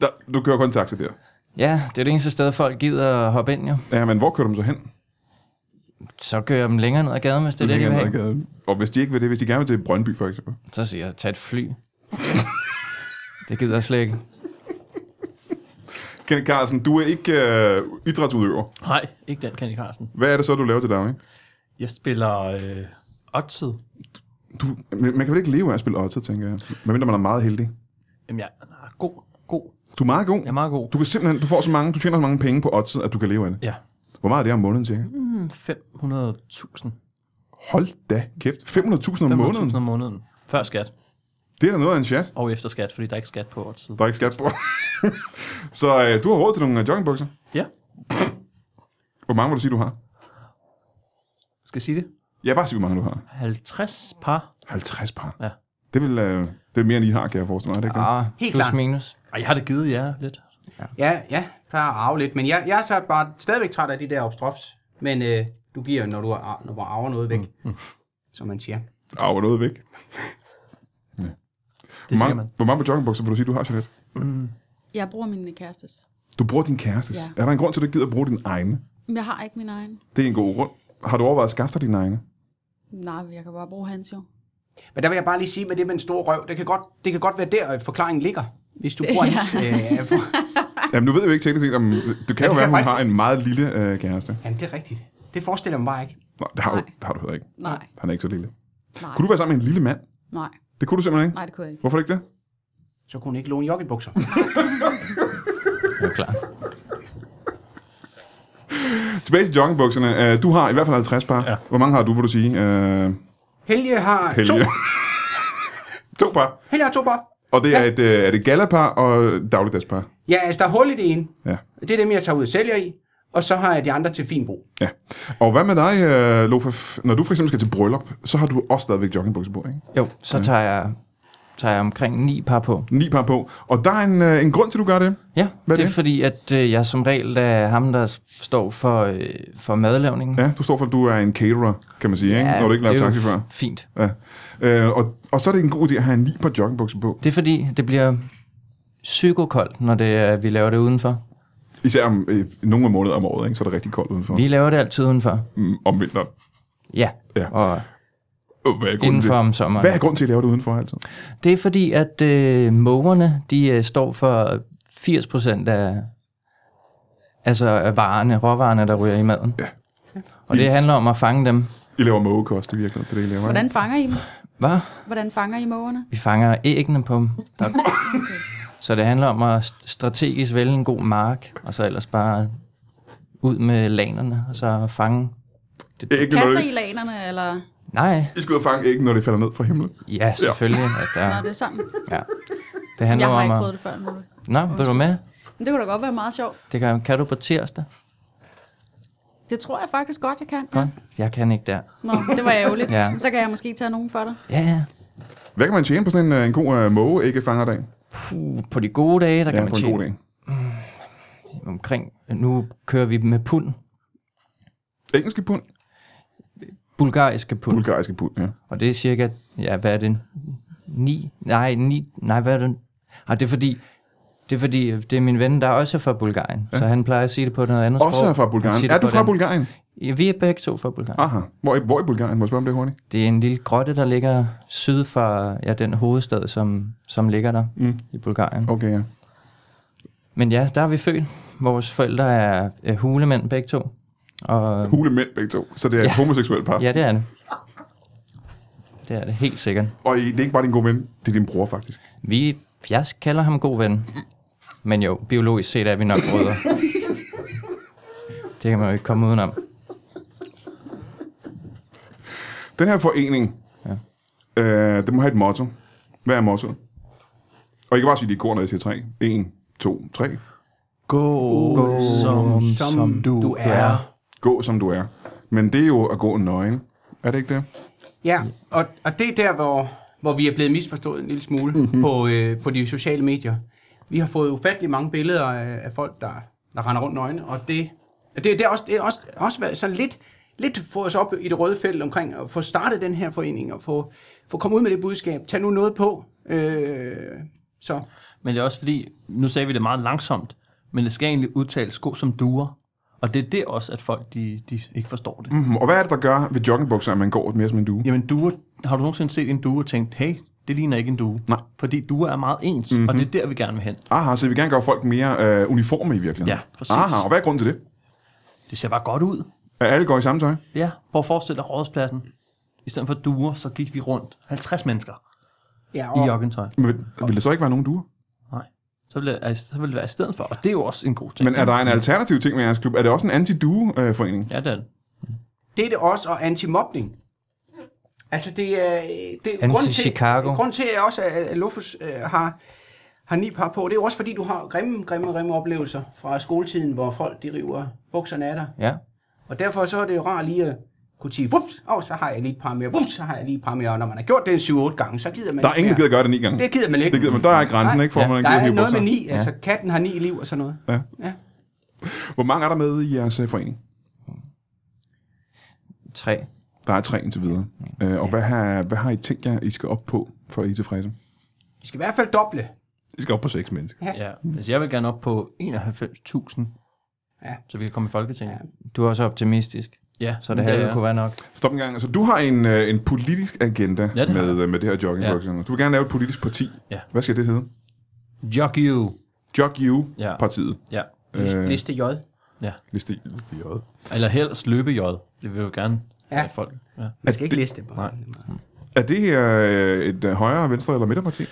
Speaker 1: der, du kører kun taxa der.
Speaker 3: ja, det er det eneste sted, folk gider at hoppe ind, jo.
Speaker 1: Ja, men hvor kører du så hen?
Speaker 3: Så kører jeg dem længere ned ad gaden, hvis det er det, de vil
Speaker 1: Længere ned ad
Speaker 3: have.
Speaker 1: gaden. øh, Og hvis de ikke vil det, hvis de gerne vil til Brøndby for eksempel.
Speaker 3: Så siger jeg, tag et fly. det gider jeg slet ikke.
Speaker 1: Kenneth Carlsen, du er ikke øh, idrætsudøver.
Speaker 5: Nej, ikke den, Kenny Carlsen.
Speaker 1: Hvad er det så, du laver til daglig?
Speaker 5: Jeg spiller øh, Oxid.
Speaker 1: Du, men man kan vel ikke leve af at spille otter, tænker jeg. Men mindre man er meget heldig.
Speaker 5: Jamen, jeg er god, god.
Speaker 1: Du er meget god.
Speaker 5: Jeg er meget god.
Speaker 1: Du, kan simpelthen, du, får så mange, du tjener så mange penge på oddset, at du kan leve af det.
Speaker 5: Ja.
Speaker 1: Hvor meget er det om måneden, cirka?
Speaker 5: Mm, 500.000.
Speaker 1: Hold da kæft. 500.000 om måneden?
Speaker 5: 500.000 om måneden. Før skat
Speaker 1: Det er da noget af en chat.
Speaker 5: og efter skat, fordi der er ikke skat på Oxid.
Speaker 1: Der er ikke skat på. så øh, du har råd til nogle øh, joggingbukser.
Speaker 5: Ja,
Speaker 1: Hvor mange vil du sige, du har?
Speaker 5: skal jeg sige det?
Speaker 1: Ja, bare sig, hvor mange du har.
Speaker 5: 50 par.
Speaker 1: 50 par.
Speaker 5: Ja.
Speaker 1: Det vil, øh, det er mere, end I har, kan jeg forestille mig. Er det ikke det?
Speaker 3: Ah,
Speaker 4: Helt
Speaker 3: plus
Speaker 4: klart.
Speaker 3: minus.
Speaker 5: Og jeg har da givet jer lidt.
Speaker 4: Ja, ja, der er arve lidt, men jeg, jeg er så bare stadigvæk træt af de der obstrofs. Men øh, du giver, jo, når du, ar- når du arver noget væk, mm. som man siger.
Speaker 1: Ah, hvor er noget væk. Hvor
Speaker 5: Det siger
Speaker 1: mange,
Speaker 5: man.
Speaker 1: hvor mange på joggingbukser vil du sige, du har, Jeanette?
Speaker 2: Jeg bruger mine kærestes.
Speaker 1: Du bruger din kærestes.
Speaker 2: Ja.
Speaker 1: Er der en grund til, at du ikke gider at bruge din egne?
Speaker 2: Men jeg har ikke min egen.
Speaker 1: Det er en god grund. Har du overvejet at skaffe dig dine egne?
Speaker 2: Nej, men jeg kan bare bruge hans jo.
Speaker 4: Men der vil jeg bare lige sige med det med en stor røv, det kan godt, det kan godt være der, øh, forklaringen ligger. Hvis du bruger ja.
Speaker 2: Ja.
Speaker 4: hans... Øh, for,
Speaker 2: Ah.
Speaker 1: Jamen, nu ved vi jo ikke teknisk set, om... Det kan jo
Speaker 4: kan
Speaker 1: være, at hun
Speaker 4: faktisk-
Speaker 1: har en meget lille øh, kæreste.
Speaker 4: jamen, det er rigtigt. Det forestiller jeg mig bare ikke.
Speaker 1: Nej, det har, du,
Speaker 2: Nej.
Speaker 1: det har du heller ikke.
Speaker 2: Nej,
Speaker 1: Han er ikke så lille.
Speaker 2: nej,
Speaker 1: Kunne du være sammen med en lille mand?
Speaker 2: nej,
Speaker 1: Det kunne du simpelthen ikke.
Speaker 2: nej, det kunne jeg ikke.
Speaker 1: Hvorfor ikke det?
Speaker 4: Så kunne hun ikke låne joggingbukser.
Speaker 3: Det er klart.
Speaker 1: Tilbage til joggingbukserne. Øh, Du har i hvert fald 50 par. Ja.
Speaker 5: Ja.
Speaker 1: Hvor mange har du, vil du sige? Øh,
Speaker 4: Helge har Helge. to.
Speaker 1: Helge. to par.
Speaker 4: Helge har to bare.
Speaker 1: Og det er et, øh, er det galapar og dagligdagspar.
Speaker 4: Ja, altså der er hul i det ene.
Speaker 1: Ja.
Speaker 4: Det er dem, jeg tager ud og sælger i. Og så har jeg de andre til fin brug.
Speaker 1: ja. Og hvad med dig, øh, Lofa? F- Når du for eksempel skal til bryllup, så har du også stadigvæk joggingbukser på, ikke?
Speaker 3: Jo, så tager jeg, tager jeg omkring ni par på.
Speaker 1: Ni par på. Og der er en, øh, en grund til, du gør det.
Speaker 3: Ja,
Speaker 1: Hvad er
Speaker 3: det er
Speaker 1: det?
Speaker 3: fordi, at øh, jeg som regel er ham, der s- står for, øh, for madlavningen.
Speaker 1: Ja, du står for, at du er en caterer, kan man sige, ikke? Når du ikke laver
Speaker 3: det er jo
Speaker 1: taxi før.
Speaker 3: f- fint.
Speaker 1: Ja. Øh, og, og så er det en god idé at have ni par joggingbukser på.
Speaker 3: Det er fordi, det bliver psykokoldt, når det er, vi laver det udenfor.
Speaker 1: Især om øh, nogle måneder om året, ikke? så er det rigtig koldt udenfor.
Speaker 3: Vi laver det altid udenfor.
Speaker 1: Mm, Om vinteren.
Speaker 3: Ja,
Speaker 1: Ja.
Speaker 3: og
Speaker 1: Øh, Hvad er grunden
Speaker 3: indenfor
Speaker 1: til?
Speaker 3: om sommeren.
Speaker 1: Hvad er grunden til, at I laver det udenfor altså? altid?
Speaker 3: Det er fordi, at øh, mågerne, de øh, står for 80% af, altså af varerne, råvarerne, der ryger i maden.
Speaker 1: Ja.
Speaker 3: Og det handler om at fange dem.
Speaker 1: I laver mågekost i virkeligheden, det er det, I laver. ikke?
Speaker 2: Hvordan fanger I dem?
Speaker 3: Hvad?
Speaker 2: Hvordan fanger I mågerne?
Speaker 3: Vi fanger æggene på dem. Der... Så det handler om at st- strategisk vælge en god mark, og så ellers bare ud med lanerne, og så fange.
Speaker 1: Æggene, når
Speaker 2: Kaster I
Speaker 1: det,
Speaker 2: lanerne, eller
Speaker 3: Nej,
Speaker 1: I skal ud og fange æggene, når det falder ned fra himlen.
Speaker 3: ja, selvfølgelig. At
Speaker 2: når
Speaker 3: der...
Speaker 2: det er sammen?
Speaker 3: ja. Det handler
Speaker 2: Jeg har
Speaker 3: om
Speaker 2: ikke
Speaker 3: at...
Speaker 2: prøvet det før. Morten.
Speaker 3: Nå, vil du med?
Speaker 2: Men det kunne da godt være meget sjovt.
Speaker 3: Det kan, kan du på tirsdag?
Speaker 2: Det tror jeg faktisk godt, jeg kan.
Speaker 3: Godt. Jeg kan ikke der.
Speaker 2: Nå, det var ærgerligt.
Speaker 3: Ja.
Speaker 2: Så kan jeg måske tage nogen for dig.
Speaker 3: Ja, ja.
Speaker 1: Hvad kan man tjene på sådan en, øh, en god øh, mågeæggefangerdag?
Speaker 3: Uh, På de gode dage, der
Speaker 1: Ja,
Speaker 3: kan man
Speaker 1: på en god
Speaker 3: tjene
Speaker 1: dag.
Speaker 3: omkring... Nu kører vi med pund.
Speaker 1: Engelske pund,
Speaker 3: Bulgariske pund.
Speaker 1: bulgariske pund, ja.
Speaker 3: Og det er cirka, ja, hvad er det? 9? Nej, 9, nej, hvad er det? Ah, det er fordi, det er fordi, øh, det er min ven, der også er fra Bulgarien. Ja. Så han plejer at sige det på noget andet
Speaker 1: Også
Speaker 3: sprog.
Speaker 1: er fra
Speaker 3: Han
Speaker 1: Bulgarien.
Speaker 3: siger det
Speaker 1: Er du
Speaker 3: på
Speaker 1: fra
Speaker 3: den-
Speaker 1: Bulgarien?
Speaker 3: Ja, vi er begge to fra Bulgarien. Ah.
Speaker 1: Aha. Hvor, i- hvor i Bulgarien? Må jeg spørge om det hurtigt?
Speaker 3: Det er en lille grotte, der ligger syd for ja, den hovedstad, som, som ligger der
Speaker 1: Mm.
Speaker 3: mm. i Bulgarien. Okay.
Speaker 1: Okay, ja.
Speaker 3: Men ja, der er vi født. Vores forældre er, er hulemænd begge to. Og,
Speaker 1: Hule mænd begge to. Så det er et
Speaker 3: Ja.
Speaker 1: homoseksuelt par.
Speaker 3: ja, det er det. Det er det helt sikkert.
Speaker 1: Og I- det er ikke bare din gode ven, det er din bror faktisk.
Speaker 3: Vi, jeg kalder ham god ven. Men jo, biologisk set er vi nok brødre. Det kan man jo ikke komme udenom.
Speaker 1: Den her forening, ja. øh, det må have et motto. Hvad er mottoet? Og I kan bare sige det i kor, når jeg siger tre. En, to, tre.
Speaker 5: Gå,
Speaker 3: Gå som- som
Speaker 4: du,
Speaker 3: du er.
Speaker 1: Gå som du er. Men det er jo at gå nøgen. Er det ikke det?
Speaker 4: Ja, og, og det er der, hvor, hvor vi er blevet misforstået en lille smule mm-hmm. på, øh, på de sociale medier. Vi har fået ufattelig mange billeder af, af folk, der, der render rundt nøgne, og det, og det, det har også, det har også, også været sådan lidt lidt få os op i det røde felt omkring at få startet den her forening og få, få komme ud med det budskab. Tag nu noget på. Øh, så
Speaker 5: Men det er også fordi, nu sagde vi det meget langsomt, men det skal egentlig udtales god som duer. Og det er det også, at folk de, de ikke forstår det. Mm.
Speaker 1: Mm, og hvad er det, der gør ved joggingbukser, at man går mere som en due?
Speaker 5: Jamen duer, har du nogensinde set en due og tænkt, hey, det ligner ikke en due?
Speaker 1: Nej.
Speaker 5: Fordi duer er meget ens, mm-hmm. og det er der, vi gerne vil hen.
Speaker 1: Aha, så vi vil gerne gøre folk mere øh, uniforme i virkeligheden.
Speaker 5: Ja, præcis.
Speaker 1: Aha, og hvad er grunden til det?
Speaker 5: Det ser bare godt ud.
Speaker 1: At alle går i samme tøj?
Speaker 5: Ja, prøv at forestille dig rådspladsen. I stedet for duer, så gik vi rundt 50 mennesker
Speaker 4: ja,
Speaker 5: i
Speaker 4: og,
Speaker 5: joggentøj.
Speaker 1: Men vil, vil der så ikke være nogen duer?
Speaker 5: Nej. Så ville, det, så ville det være i stedet for, og det er jo også en god ting.
Speaker 1: Men er der en alternativ ting med jeres klub? Er det også en anti-due-forening?
Speaker 5: Ja, det er det.
Speaker 4: det er det også, og antimobning. Altså det er, det er grund til,
Speaker 3: Anti-Chicago.
Speaker 4: grund til at også, at Lufus øh, har, har ni par på. Det er jo også fordi, du har grimme, grimme, grimme oplevelser fra skoletiden, hvor folk de river bukserne af dig.
Speaker 3: Ja.
Speaker 4: Og derfor så er det jo rart lige at kunne sige, vups, og så har jeg lige et par mere, vups, så har jeg lige et par mere. Og når man har gjort det 7-8 gange, så gider man
Speaker 1: Der er ingen, der
Speaker 4: mere.
Speaker 1: gider gøre det ni gange.
Speaker 4: Det gider man ikke.
Speaker 1: Det gider man. Der er grænsen, ikke? For, ja, man
Speaker 4: Der
Speaker 1: gider
Speaker 4: er
Speaker 1: hive
Speaker 4: noget
Speaker 1: bukser.
Speaker 4: med ni, altså katten har ni liv og sådan noget.
Speaker 1: Ja.
Speaker 4: ja.
Speaker 1: Hvor mange er der med i jeres øh, forening?
Speaker 3: Tre.
Speaker 1: Der er tre indtil videre. Øh, og hvad har, hvad har I tænkt jer, I skal op på, for at I er tilfredse?
Speaker 4: De skal i hvert fald doble.
Speaker 1: I skal op på seks mennesker.
Speaker 5: Ja, altså jeg vil gerne op på 91.000,
Speaker 4: Ja.
Speaker 5: ja. så vi kan komme i Folketinget.
Speaker 3: Du er også optimistisk,
Speaker 5: Ja,
Speaker 3: så det her jo kunne være nok.
Speaker 1: Stop en gang. Altså, du har en, øh, en politisk agenda
Speaker 5: Ja, det har
Speaker 1: med, øh, med det her joggingbukser. Ja. Du vil gerne lave et politisk parti.
Speaker 5: Ja.
Speaker 1: Hvad skal det hedde?
Speaker 5: Jog you.
Speaker 1: Jog
Speaker 5: Ja.
Speaker 1: You-partiet.
Speaker 5: Ja.
Speaker 4: Liste,
Speaker 1: Øh.
Speaker 4: liste J.
Speaker 1: Liste, liste J.
Speaker 5: Eller helst løbe J. Det vil jo gerne
Speaker 4: Ja.
Speaker 5: ja. at folk. Ja.
Speaker 4: Man skal ikke liste bare.
Speaker 5: Nej.
Speaker 1: Er det øh, et øh, højre, venstre eller midterparti?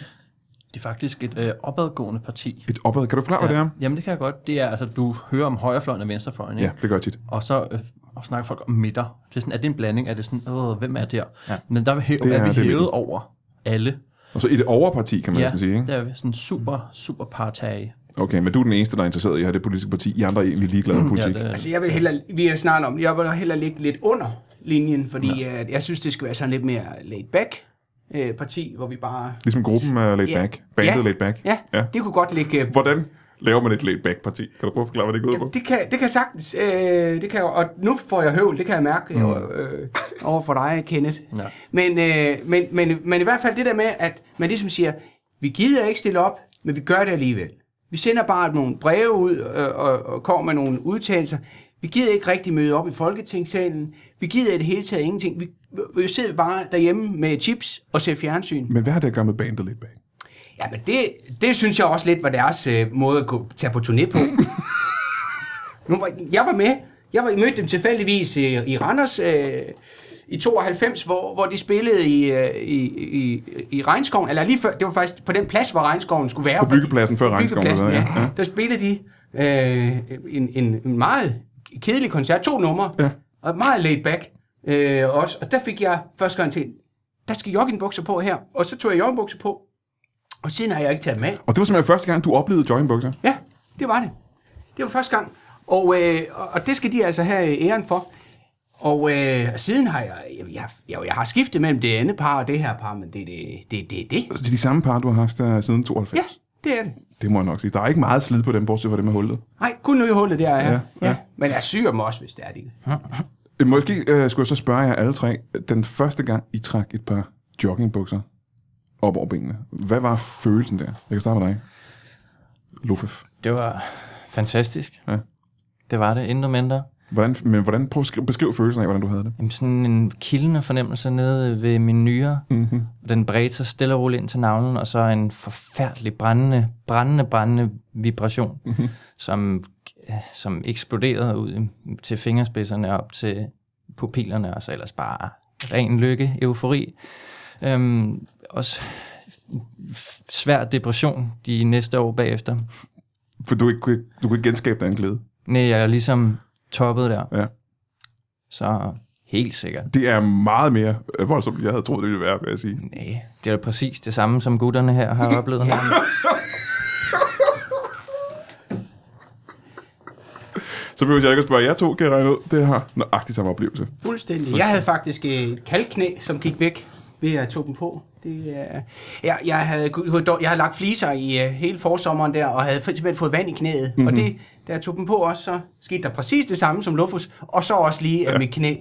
Speaker 5: Det er faktisk et øh, opadgående parti.
Speaker 1: Et opad. Kan du forklare, ja. hvad det er?
Speaker 5: Jamen det kan jeg godt. Det er altså, du hører om højrefløjen og venstrefløjen, ikke?
Speaker 1: Ja, det gør jeg tit.
Speaker 5: Og så øh, og snakker folk om midter. Det er, sådan, er det en blanding? Er det sådan, øh, hvem er der?
Speaker 3: Ja.
Speaker 5: Men der er vi, hæ-
Speaker 1: Det er-
Speaker 5: er,
Speaker 1: det er
Speaker 5: vi hævet
Speaker 1: midten.
Speaker 5: over alle.
Speaker 1: Og så et overparti, kan man ja. næsten sige. Ikke?
Speaker 5: der er vi sådan super, super partage.
Speaker 1: Okay, men du er den eneste, der er interesseret i at have det politiske parti. I andre Mm. er egentlig ligeglade med politik.
Speaker 5: Ja, det,
Speaker 4: Altså jeg vil hellere, vi har snakket om, det, jeg vil hellere ligge lidt under linjen, fordi ja. jeg synes, det skal være sådan lidt mere laid back øh, parti, hvor vi bare...
Speaker 1: Ligesom gruppen er laid
Speaker 4: Ja.
Speaker 1: back. Bandet
Speaker 4: Ja.
Speaker 1: laid back.
Speaker 4: Ja,
Speaker 1: ja.
Speaker 4: ja. det kunne godt ligge... øh,
Speaker 1: Hvordan laver man et laid back parti? Kan du prøve at forklare, hvad det går ud på?
Speaker 4: Jamen, det kan, det kan sagtens, øh, det kan, jeg- og nu får jeg høvl, det kan jeg mærke øh, øh, over for dig, Kenneth.
Speaker 5: Ja.
Speaker 4: Men, øh, men, men, men i hvert fald det der med, at man ligesom siger, vi gider ikke stille op, men vi gør det alligevel. Vi sender bare nogle breve ud øh, og, og kommer med nogle udtalelser. Vi gider ikke rigtig møde op i Folketingssalen. Vi gider i det hele taget ingenting. Vi, vi sidder bare derhjemme med chips og ser fjernsyn.
Speaker 1: Men hvad har det at gøre med bandet laid back?
Speaker 4: Ja, men det, det synes jeg også lidt var deres øh, måde at gå, tage på turné på. nu var, jeg var med. Jeg var, mødte dem tilfældigvis i, i Randers øh, i 92, hvor, hvor de spillede i, øh, i, i, i regnskoven. Eller lige før, det var faktisk på den plads, hvor regnskoven skulle være.
Speaker 1: På byggepladsen før
Speaker 4: På
Speaker 1: regnskoven,
Speaker 4: byggepladsen,
Speaker 1: eller hvad,
Speaker 4: ja.
Speaker 1: ja.
Speaker 4: ja. Der spillede de øh, en, en, en meget kedelig koncert. To numre.
Speaker 1: Ja.
Speaker 4: Og meget laid back øh, også. Og der fik jeg første gang til, der skal joggingbukser på her. Og så tog jeg joggingbukser på. Og siden har jeg ikke taget dem af.
Speaker 1: Og det var simpelthen første gang, du oplevede joggingbukser.
Speaker 4: Ja, det var det. Det var første gang. Og, øh, og- og det skal de altså have æren for. Og øh, og siden har jeg, jeg, jeg, jeg, jeg har skiftet mellem det andet par og det her par, men det er det, det, det, det.
Speaker 1: Så det er de samme par, du har haft uh, siden 92.
Speaker 4: Ja, det er det.
Speaker 1: Det må jeg nok sige. Der er ikke meget slid på dem, bortset fra det med hullet.
Speaker 4: Nej, kun nu i hullet der er
Speaker 1: Ja,
Speaker 4: ja,
Speaker 1: ja.
Speaker 4: ja. ja. Men jeg syr dem også, hvis det er det.
Speaker 1: Øh, Måske uh, skulle jeg så spørge jer alle tre. Den første gang, I trak et par joggingbukser op over benene. Hvad var følelsen der? Jeg kan starte med dig. Lufef.
Speaker 3: Det var fantastisk.
Speaker 1: Ja.
Speaker 3: Det var det, intet mindre.
Speaker 1: Hvordan, men hvordan, prøv at skrive, beskriv følelsen af, hvordan du havde det.
Speaker 3: Jamen, sådan en kildende fornemmelse nede ved mine nyrer.
Speaker 1: Mm-hmm.
Speaker 3: Og Den bredte sig stille og roligt ind til navlen, og så en forfærdelig brændende, brændende, brændende vibration, mm-hmm. som, øh, som eksploderede ud i- til fingerspidserne og op til pupillerne, og så ellers bare ren lykke, eufori. Øhm, også f- svær depression de næste år bagefter.
Speaker 1: For du kunne ikke, du kunne ikke genskabe den glæde.
Speaker 3: Nej, jeg er ligesom toppet der.
Speaker 1: Ja.
Speaker 3: Så helt sikkert.
Speaker 1: Det er meget mere øh, voldsomt, end jeg havde troet, det ville være, vil jeg sige.
Speaker 3: Nej, det er da præcis det samme, som gutterne her har oplevet. ja.
Speaker 1: Så behøver jeg ikke at spørge jer to, kan jeg regne ud. Det har nøjagtigt samme oplevelse.
Speaker 4: Fuldstændig. Jeg havde faktisk øh, et kalkknæ, som gik væk. ved at jeg tog dem på. Det, er... jeg, jeg, havde, gået dår- jeg havde lagt fliser i uh, hele forsommeren der, og havde simpelthen fået vand i knæet. Mm-hmm.
Speaker 1: Mhm.
Speaker 4: Og det, da jeg tog dem på også, så skete der præcis det samme som Lufus, og så også lige, at ja. mit knæ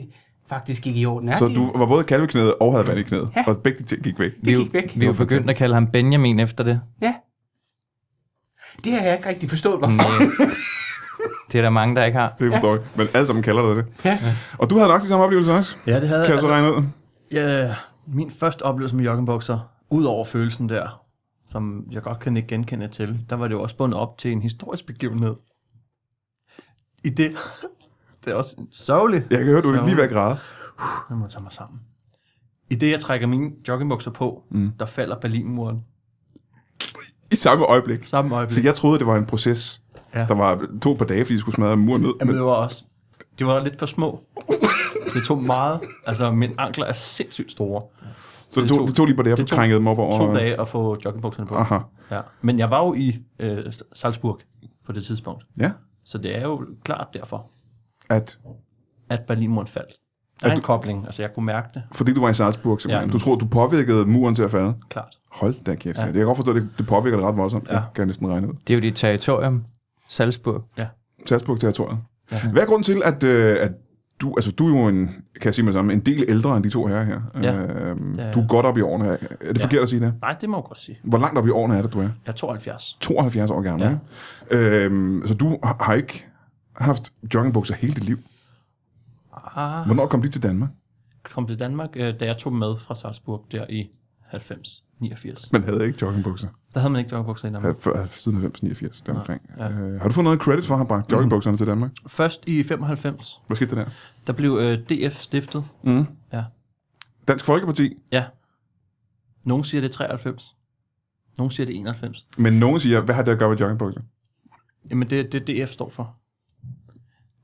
Speaker 4: faktisk gik i orden. Ja,
Speaker 1: Så
Speaker 4: de-
Speaker 1: du var både kalveknæet og havde vand i knæet,
Speaker 4: Ja.
Speaker 1: og begge de ting gik væk.
Speaker 4: Det gik væk.
Speaker 3: Vi er jo begyndt at kalde ham Benjamin efter det.
Speaker 4: Ja. Det har jeg ikke rigtig forstået, hvorfor.
Speaker 3: Men, øh, det er der mange, der ikke har.
Speaker 1: Det forstår jeg. Men alle sammen kalder dig det.
Speaker 4: Ja.
Speaker 1: Og du havde nok de samme oplevelser også,
Speaker 5: Ja, det havde altså,
Speaker 1: kan jeg så regne ud.
Speaker 5: Ja, min første oplevelse med joggingbukser, ud over følelsen der, som jeg godt kan ikke genkende til, der var det jo også bundet op til en historisk begivenhed. I det, det er også sørgeligt.
Speaker 1: Jeg kan høre, du er lige ved at græde.
Speaker 5: Jeg må tage mig sammen. I det, jeg trækker mine joggingbukser på, mm. der falder Berlinmuren.
Speaker 1: I samme øjeblik.
Speaker 5: Samme øjeblik.
Speaker 1: Så jeg troede, det var en proces.
Speaker 5: Ja.
Speaker 1: Der var to par dage, fordi de skulle smadre muren ned.
Speaker 5: Jamen,
Speaker 1: Men
Speaker 5: det var også... De var lidt for små. Det tog meget... Altså, mine ankler er sindssygt store.
Speaker 1: så det tog, det tog lige på det, at få
Speaker 5: det tog
Speaker 1: krænket dem op over.
Speaker 5: To dage at få joggingbukserne på.
Speaker 1: Aha.
Speaker 5: Ja. Men jeg var jo i øh, Salzburg på det tidspunkt.
Speaker 1: Ja,
Speaker 5: Så det er jo klart derfor,
Speaker 1: at
Speaker 5: at Berlinmuren faldt. Der
Speaker 1: Er
Speaker 5: er en
Speaker 1: du-
Speaker 5: koblinger, altså jeg kunne mærke det,
Speaker 1: fordi du var i Salzburg simpelthen.
Speaker 5: Ja.
Speaker 1: Du tror, du påvirkede muren til at falde.
Speaker 5: klart.
Speaker 1: Hold da kæft. Ja.
Speaker 5: Ja.
Speaker 1: Jeg kan godt forstå, at det, det påvirker det ret voldsomt. Ja.
Speaker 5: Ja.
Speaker 1: Det kan jeg næsten regne ud.
Speaker 3: Det er jo dit territorium, Salzburg.
Speaker 1: Salzburg-territoriet. Ja.
Speaker 5: Ja.
Speaker 1: Hvad er grunden til, at, øh, at du, altså du er jo en, kan jeg sige med det samme, en del ældre end de to herrer her.
Speaker 5: Ja.
Speaker 1: Øhm,
Speaker 5: Ja, ja.
Speaker 1: Du er godt op i årene. Er er det
Speaker 5: Ja.
Speaker 1: forkert at sige det?
Speaker 5: Nej, det må jeg godt sige.
Speaker 1: Hvor langt op i årene er det, du er?
Speaker 5: Jeg er 72.
Speaker 1: 72 år gammel, ja.
Speaker 5: Ja.
Speaker 1: Øhm, så du har har ikke haft joggingbukser hele dit liv.
Speaker 5: Ah,
Speaker 1: Hvornår kom de til Danmark?
Speaker 5: kom til Danmark, øh, da jeg tog med fra Salzburg der i 90, 89.
Speaker 1: Man havde ikke joggingbukser
Speaker 5: Der havde man ikke joggingbukser i
Speaker 1: ja,
Speaker 5: Danmark.
Speaker 1: før, siden 89, der omkring. Ja. Mhm.
Speaker 5: ja.
Speaker 1: Øh, har du fået noget credit for at have bragt joggingbukserne til Danmark?
Speaker 5: Først i 95,
Speaker 1: Hvad skete der der?
Speaker 5: der blev øh, DF stiftet.
Speaker 1: Mm.
Speaker 5: Ja.
Speaker 1: Dansk Folkeparti,
Speaker 5: Ja. Nogle siger det er 93. Nogle siger det er 91.
Speaker 1: men nogen siger, hvad har det at gøre med joggingbukser?
Speaker 5: Jamen det er det, DF står for.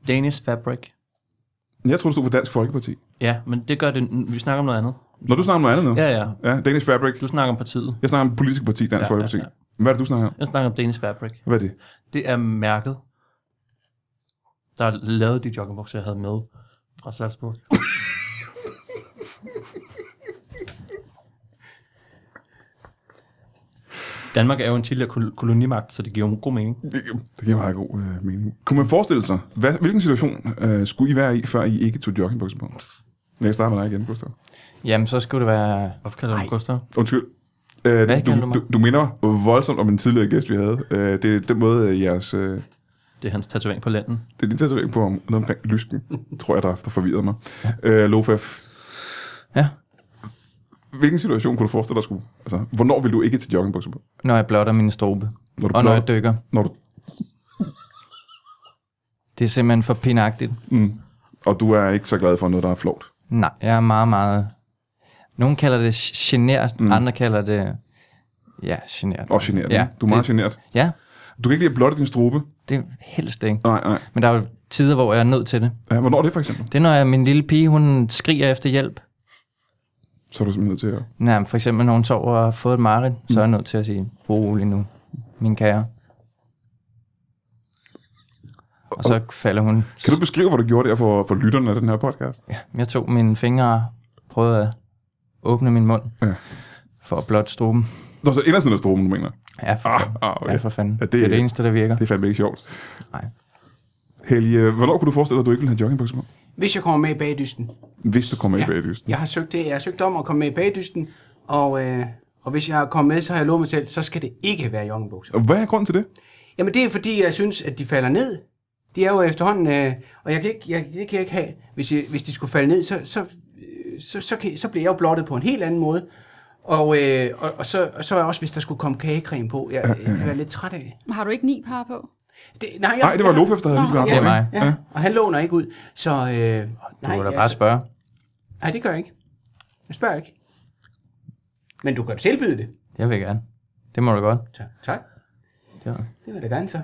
Speaker 5: Danish Fabric.
Speaker 1: Jeg tror, det stod for Dansk Folkeparti.
Speaker 5: Ja, men det gør det. Vi snakker om noget andet.
Speaker 1: Når du snakker om noget andet nu?
Speaker 5: Ja, ja.
Speaker 1: ja Danish Fabric.
Speaker 5: Du snakker om partiet.
Speaker 1: Jeg snakker om politisk parti, Dansk ja,
Speaker 5: Ja, ja,
Speaker 1: Folkeparti. Ja, ja. Hvad er det, du snakker om?
Speaker 5: Jeg snakker om Danish Fabric.
Speaker 1: Hvad er det?
Speaker 5: Det er mærket, der lavede de joggingbukser, jeg havde med fra Salzburg. Danmark er jo en tidligere kol- kolonimagt, så det giver jo god mening.
Speaker 1: Det, det giver meget god øh, mening. Kunne man forestille sig, hvad, hvilken situation øh, skulle I være i, før I ikke tog joggingbukser på? Jeg starter med dig igen, Gustav.
Speaker 3: Jamen, så skulle det være...
Speaker 5: Hvorfor kalder du mig Gustav?
Speaker 1: Undskyld. Øh,
Speaker 3: Hvad
Speaker 1: du,
Speaker 3: kalder du mig?
Speaker 1: du, du minder voldsomt om en tidligere gæst, vi havde. Øh, det er den måde, øh, jeres... Øh,
Speaker 5: Det er hans tatovering på lænden.
Speaker 1: det er din tatovering på om, noget omkring lysken, tror jeg, der, der forvirrede mig. Øh, Lofef,
Speaker 3: Ja.
Speaker 1: hvilken situation kunne du forestille dig skulle... Altså, hvornår vil du ikke til joggingbukser på?
Speaker 3: Når jeg blotter min strobe.
Speaker 1: Når du,
Speaker 3: Og når
Speaker 1: blot-
Speaker 3: jeg dykker.
Speaker 1: når du
Speaker 3: Det er simpelthen for pinagtigt.
Speaker 1: Og du er ikke så glad for noget, der er flot.
Speaker 3: Nej, jeg er meget, meget... Nogle kalder det genert, mm. andre kalder det... Ja, genert.
Speaker 1: Og genert.
Speaker 3: Ja,
Speaker 1: Ja, du er meget
Speaker 3: det-
Speaker 1: genert.
Speaker 3: Ja,
Speaker 1: Du kan ikke lide at blotte din strube.
Speaker 3: det er helst ikke.
Speaker 1: Nej, nej.
Speaker 3: Men der er jo tider, hvor jeg er nødt til det.
Speaker 1: Ja, hvornår er det for eksempel?
Speaker 3: Det er, når jeg, min lille pige, hun skriger efter hjælp.
Speaker 1: Så er du simpelthen nødt til at...
Speaker 3: Nej, for eksempel, når hun sover og har fået et mareridt, så er
Speaker 1: Mm.
Speaker 3: jeg nødt til at sige, rolig nu, min kære. Og så falder hun.
Speaker 1: Kan du beskrive, hvad du gjorde der for, for lytterne af den her podcast?
Speaker 3: Ja, jeg tog mine fingre og prøvede at åbne min mund
Speaker 1: Ja.
Speaker 3: for at blot struben.
Speaker 1: Nå, så indersiden af struben, du mener.
Speaker 3: Ja, for,
Speaker 1: Ah,
Speaker 3: fanden.
Speaker 1: ah, okay.
Speaker 3: ja, for fanden.
Speaker 1: Ja, det
Speaker 3: det, det er
Speaker 1: er-
Speaker 3: det eneste, der virker.
Speaker 1: Det er fandme ikke sjovt.
Speaker 3: Nej.
Speaker 1: Helge, hvornår kunne du forestille dig, at du ikke ville have joggingbukser på?
Speaker 4: Hvis jeg kommer med i bagdysten.
Speaker 1: Hvis du kommer ja. i
Speaker 4: Ja.
Speaker 1: baglysten.
Speaker 4: Jeg har søgt, det. Jeg har søgt om at komme med i bagdysten, og, øh, og hvis jeg har kommet med, så har jeg lovet mig selv, så skal det ikke være joggingbukser.
Speaker 1: Og Hvad er grunden til det?
Speaker 4: Jamen det er fordi, jeg synes, at de falder ned. De er jo efterhånden, øh, og jeg kan ikke, jeg, det kan jeg ikke have. Hvis, jeg, hvis de skulle falde ned, så, så, øh, så, så, kan, så bliver jeg jo blottet på en helt anden måde. Og, øh, og, og, så, og så også, hvis der skulle komme kagecreme på. Jeg, jeg er lidt træt af det.
Speaker 2: Har du ikke ni par på?
Speaker 4: det. Nej, jeg,
Speaker 1: Nej, det var Lofef, der havde lige været
Speaker 3: det er
Speaker 1: der,
Speaker 3: mig.
Speaker 1: ikke?
Speaker 4: Ja, og han låner ikke ud. Så øh, nej,
Speaker 3: Du må da bare
Speaker 4: altså-
Speaker 3: spørge.
Speaker 4: Nej, det gør jeg ikke. Jeg spørger ikke. Men du kan tilbyde det.
Speaker 3: Jeg vil gerne. Det må du godt.
Speaker 4: Så, tak.
Speaker 3: Det var-
Speaker 4: Det vil jeg da gerne så.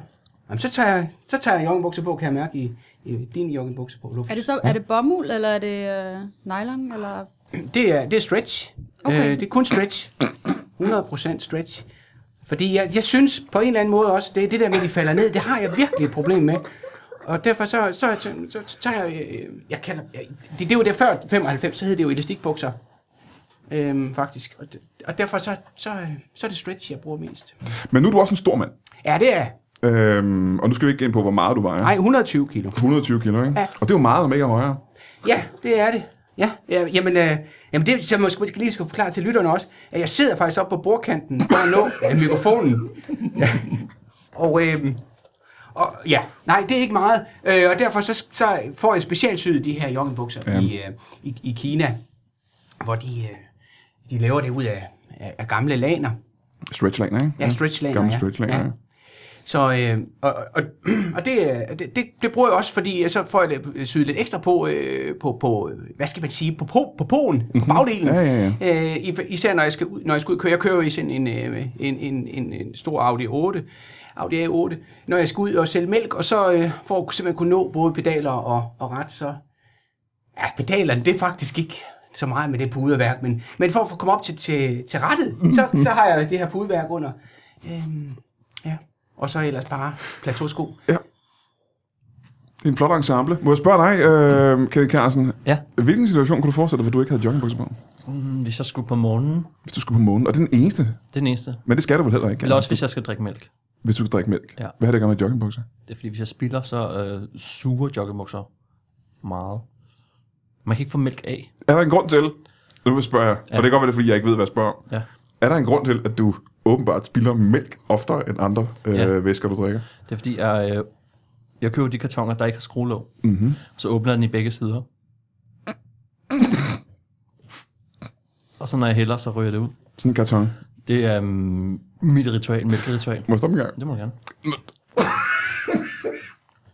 Speaker 4: Jamen, så tager jeg, så tager jeg joggingbukser på, kan jeg mærke i, i din joggingbukser på. Lufus.
Speaker 2: Er det, så, er det bomuld, eller er det øh, nylon? Eller?
Speaker 4: Det er, det er stretch.
Speaker 2: Okay.
Speaker 4: Okay. Øh, det er kun stretch. 100% stretch. Fordi jeg, jeg synes på en eller anden måde også, det er det der med, at de falder ned, det har jeg virkelig et problem med. Og derfor så, så, så, øh, så, så tager jeg, øh, jeg kalder, jeg, det, det var det før 95, så hed det jo elastikbukser. øhm, faktisk. Og, d- og derfor så, så, så er det stretch, jeg bruger mest.
Speaker 1: Men nu er du også en stor mand.
Speaker 4: Ja, det er
Speaker 1: Øhm, og nu skal vi ikke ind på, hvor meget du vejer.
Speaker 4: Nej, 120 kilo.
Speaker 1: 120 kilo, ikke?
Speaker 4: Ja.
Speaker 1: Og det er jo meget, om ikke er højere.
Speaker 4: Ja, det er det. Ja, ja jamen, øh, jamen det, som jeg måske lige skal forklare til lytterne også, at jeg sidder faktisk oppe på bordkanten for at nå ja, mikrofonen. Ja. Og, øh, og ja, nej, det er ikke meget. Øh, og derfor så, så får jeg specialsyet de her joggingbukser
Speaker 1: Ja.
Speaker 4: ja. i, øh, i, i Kina, hvor de, øh, de laver det ud af, af, af gamle laner.
Speaker 1: Stretchlaner, ikke?
Speaker 4: Ja, stretchlaner,
Speaker 1: Gamle
Speaker 4: ja.
Speaker 1: stretchlaner,
Speaker 4: Ja.
Speaker 1: ja.
Speaker 4: Så øh, og, og, og det, øh, det, det, det bruger jeg også, fordi øh, så får jeg det syet lidt ekstra på, øh, på, på øh, hvad skal man sige, på, på, på poen, på bagdelen.
Speaker 1: Mhm. Ja, ja,
Speaker 4: Øh, i- især når jeg skal ud, når jeg skal ud og køre. Jeg kører jo i sådan en, øh, en, en, en, en stor Audi 8, Audi A8. Når jeg skal ud og sælge mælk, og så øh, for at simpelthen kunne nå både pedaler og, og ret, så... Ja, pedalerne, det er faktisk ikke så meget med det pudeværk, men, men for at få komme op til, til, til rettet, så, så har jeg det her pudeværk under. Øhm, ja. Og så ellers bare plateausko.
Speaker 1: Det er en flot ensemble. Må jeg spørge dig, øh, Kenneth Carlsen?
Speaker 5: Ja.
Speaker 1: Hvilken situation kunne du forestille dig, hvor du ikke havde joggingbukser på?
Speaker 5: Mm, Hvis jeg skulle på morgenen,
Speaker 1: Hvis du skulle på månen, og det er den eneste.
Speaker 5: det er den eneste.
Speaker 1: Men det skal du vel heller ikke?
Speaker 5: Eller også hvis jeg skal drikke mælk.
Speaker 1: Hvis du kan drikke mælk.
Speaker 5: Ja.
Speaker 1: Hvad har det at gøre med joggingbukser?
Speaker 5: Det er fordi, hvis jeg spiller, så øh, suger joggebukser meget. Man kan ikke få mælk af.
Speaker 1: Er der en grund til, nu vil jeg spørge, ja. og det kan godt være, det er, fordi jeg ikke ved, hvad jeg spørger om.
Speaker 5: Ja.
Speaker 1: Er der en grund til, at du åbenbart spilder mælk oftere end andre øh,
Speaker 5: Ja.
Speaker 1: væsker, du drikker?
Speaker 5: Det er fordi, jeg, øh, jeg køber de kartonger, der ikke har skruelåg. Mm-hmm.
Speaker 1: Mhm.
Speaker 5: Så åbner jeg den i begge sider. Og så når jeg hælder, så ryger det ud.
Speaker 1: Sådan en karton.
Speaker 5: Det er um, mit ritual, mælkeritual.
Speaker 1: Må jeg stoppe en gang?
Speaker 5: Det må du gerne.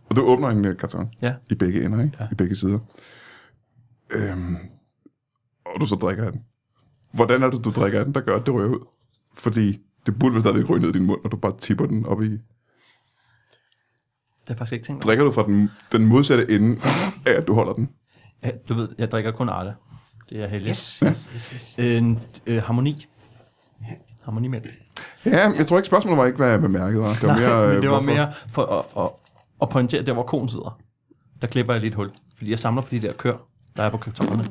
Speaker 1: Og du åbner en øh, karton
Speaker 5: Ja.
Speaker 1: i begge ender, ikke? Ja. I begge sider. Øhm, og du så drikker af den. Hvordan er det, du drikker af den, der gør, at det rører ud? Fordi det burde vel stadigvæk ryge ned i din mund, når du bare tipper den op i...
Speaker 5: Det har jeg faktisk ikke tænkt over.
Speaker 1: Drikker du fra den, den modsatte ende af, at du holder den?
Speaker 5: Ja, du ved, jeg drikker kun Arla. Det er heldig.
Speaker 4: Yes, yes, yes, yes.
Speaker 5: En, øh, harmoni. Harmonimælk.
Speaker 1: Ja, men jeg tror ikke, spørgsmålet var ikke, hvad hvad mærket var. Det var mere,
Speaker 5: Nej,
Speaker 1: øh,
Speaker 5: men det var
Speaker 1: hvorfor-
Speaker 5: mere for at, at, at pointere der, hvor konen sidder. Der klipper jeg lidt hul. Fordi jeg samler på de der kør, der er på kartonerne.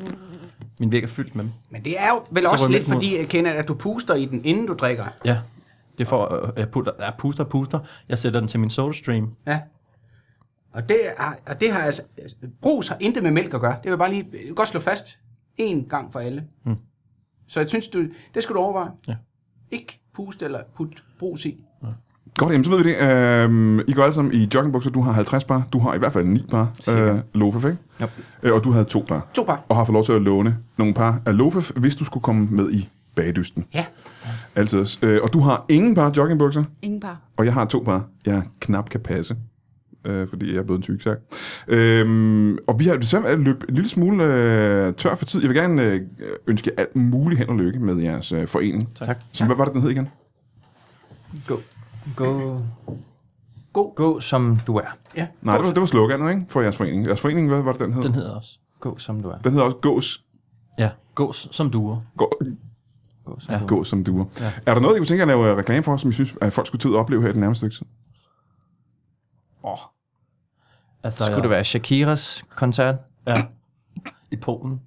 Speaker 5: Min væg er fyldt med dem.
Speaker 4: Men det er jo vel
Speaker 5: Så
Speaker 4: også
Speaker 5: ryger
Speaker 4: lidt
Speaker 5: mælken ud.
Speaker 4: fordi, jeg kender, at du puster i den, inden du drikker.
Speaker 5: Ja. Det er for, at jeg putter, jeg puster, puster. Jeg sætter den til min SodaStream.
Speaker 4: Ja. Og det, er, og det har altså... Brus har intet med mælk at gøre. Det vil jeg bare lige jeg vil godt slå fast. En gang for alle.
Speaker 5: Mm.
Speaker 4: Så jeg synes, du, det skal du overveje.
Speaker 5: Ja.
Speaker 4: Ikke puste eller putte brus i.
Speaker 1: Godt, jamen så ved vi det. Øhm, I går alle sammen i joggingbukser. Du har 50 par. Du har i hvert fald 9 par øh, Lofef, ikke?
Speaker 5: Jo.
Speaker 1: Øh, og du havde to par.
Speaker 4: To par.
Speaker 1: Og har fået lov til at låne nogle par af Lofef, hvis du skulle komme med i bagdysten.
Speaker 4: Ja.
Speaker 1: Altid. også. Øh, og du har ingen par joggingbukser,
Speaker 2: Ingen par.
Speaker 1: og jeg har to par, jeg knap kan passe. Øh, fordi jeg er blevet en tyksak. Øhm, og vi har jo desværre løbet en lille smule øh, tør for tid. Jeg vil gerne øh, ønske alt muligt held og lykke med jeres øh, forening.
Speaker 5: Tak.
Speaker 1: Så hvad var det, den hed igen?
Speaker 3: Gå. Gå.
Speaker 4: God.
Speaker 3: Gå som du er.
Speaker 4: Ja.
Speaker 1: Nej, det var, det var sloganet, ikke? For jeres forening. Jeres forening, hvad var det, den hed?
Speaker 5: Den hedder også.
Speaker 3: Gå som du er.
Speaker 1: Den hedder også Gås,
Speaker 5: Ja. Gås som duer.
Speaker 1: gå,
Speaker 3: Gå som
Speaker 5: Ja.
Speaker 3: du er.
Speaker 1: gå som duer. Ja. Er der noget, I kunne tænke jer at lave øh, reklame for, som I synes, at folk skulle tid at opleve her i den nærmeste stykke tid?
Speaker 5: Altså,
Speaker 3: Skulle
Speaker 5: jeg-
Speaker 3: det være Shakiras koncert?
Speaker 5: Ja. I Polen.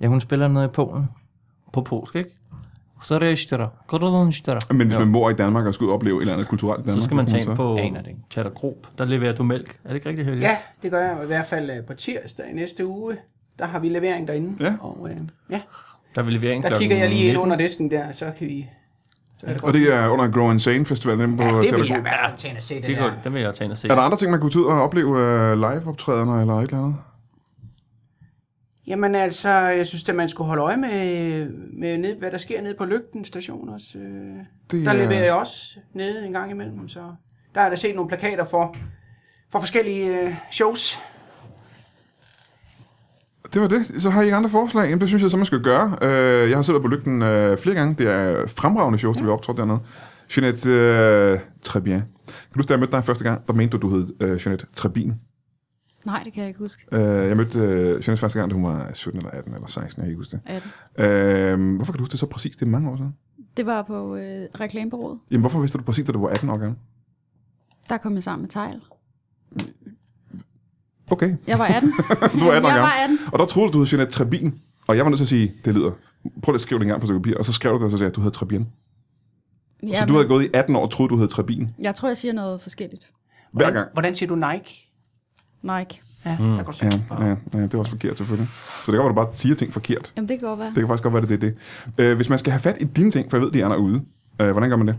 Speaker 3: Ja, hun spiller noget i Polen.
Speaker 5: På polsk, ikke? Så er det Stera. Stera.
Speaker 1: Men hvis ja. man bor i Danmark og skal ud og opleve et eller andet kulturelt i Danmark,
Speaker 5: Så skal man
Speaker 1: hvad kunne
Speaker 5: tage ind på
Speaker 3: Aner det ikke.
Speaker 5: Chattergrop. Der leverer du mælk. Er det ikke rigtigt, Helge?
Speaker 4: ja, det gør jeg i hvert fald øh, på tirsdag i næste uge. Der har vi levering derinde.
Speaker 1: Ja.
Speaker 4: Og, øh, ja.
Speaker 5: Der vil levering
Speaker 4: Der kigger jeg lige ind under disken der, så kan vi... Så er det
Speaker 1: Og det er under Grow Insane Festival nemme på
Speaker 4: Ja, det vil
Speaker 1: Teatergruppen.
Speaker 4: jeg i hvert fald tage ind og se, det,
Speaker 5: Det
Speaker 4: der.
Speaker 5: går, den vil jeg tage ind og se.
Speaker 1: Er der andre ting, man kunne tage ud og opleve uh, live-optrædener eller et eller andet?
Speaker 4: Jamen altså, jeg synes, at man skulle holde øje med, med ned, hvad der sker nede på Lygten station også. Øh,
Speaker 1: Det
Speaker 4: der
Speaker 1: er-
Speaker 4: leverer jeg også nede en gang imellem, så der er der set nogle plakater for, for forskellige øh, shows.
Speaker 1: Det var det. Så har I ikke andre forslag? Jamen, det synes jeg, så man skal gøre. Øh, jeg har selv været på lygten øh, flere gange. Det er fremragende shows, der bliver optrådt dernede. Jeanette øh, Trebien. Kan du huske, da jeg mødte dig første gang, der mente du, du hed øh, Jeanette Trebin?
Speaker 2: Nej, det kan jeg ikke huske.
Speaker 1: Øh, jeg mødte øh, Jeanette første gang, da hun var 17 eller 18 eller 16, jeg kan ikke huske det.
Speaker 2: Er det.
Speaker 1: Øh, hvorfor kan du huske det så præcist? Det er mange år siden.
Speaker 2: det var på øh, reklamebureauet.
Speaker 1: Jamen, hvorfor vidste du præcist, da du var 18 år gammel?
Speaker 2: Der kom jeg sammen med Tejl.
Speaker 1: Okay,
Speaker 2: Jeg var 18.
Speaker 1: du var 18 år
Speaker 2: jeg
Speaker 1: gammel.
Speaker 2: var 18.
Speaker 1: Og der troede du, du hed Jeanette Trebin. Og jeg var nødt til at sige, det lyder prøv lige at skrive det engang på et stykke papir, og så skrev du det, og så sagde jeg, at du hedder Trabien.
Speaker 2: Ja,
Speaker 1: Så du
Speaker 2: men
Speaker 1: havde gået i 18 år og troede, du hed Trabien.
Speaker 2: Jeg tror, jeg siger noget forskelligt.
Speaker 1: Hver gang.
Speaker 4: Hvordan siger du Nike?
Speaker 2: Nike.
Speaker 1: Ja, ja, ja, det er også forkert selvfølgelig. Så det kan godt være, at du bare siger ting forkert.
Speaker 2: Jamen, det kan godt være.
Speaker 1: Det kan faktisk godt være, det er det. Øh, hvis man skal have fat i dine ting, for jeg ved, de er derude, øh, hvordan gør man det?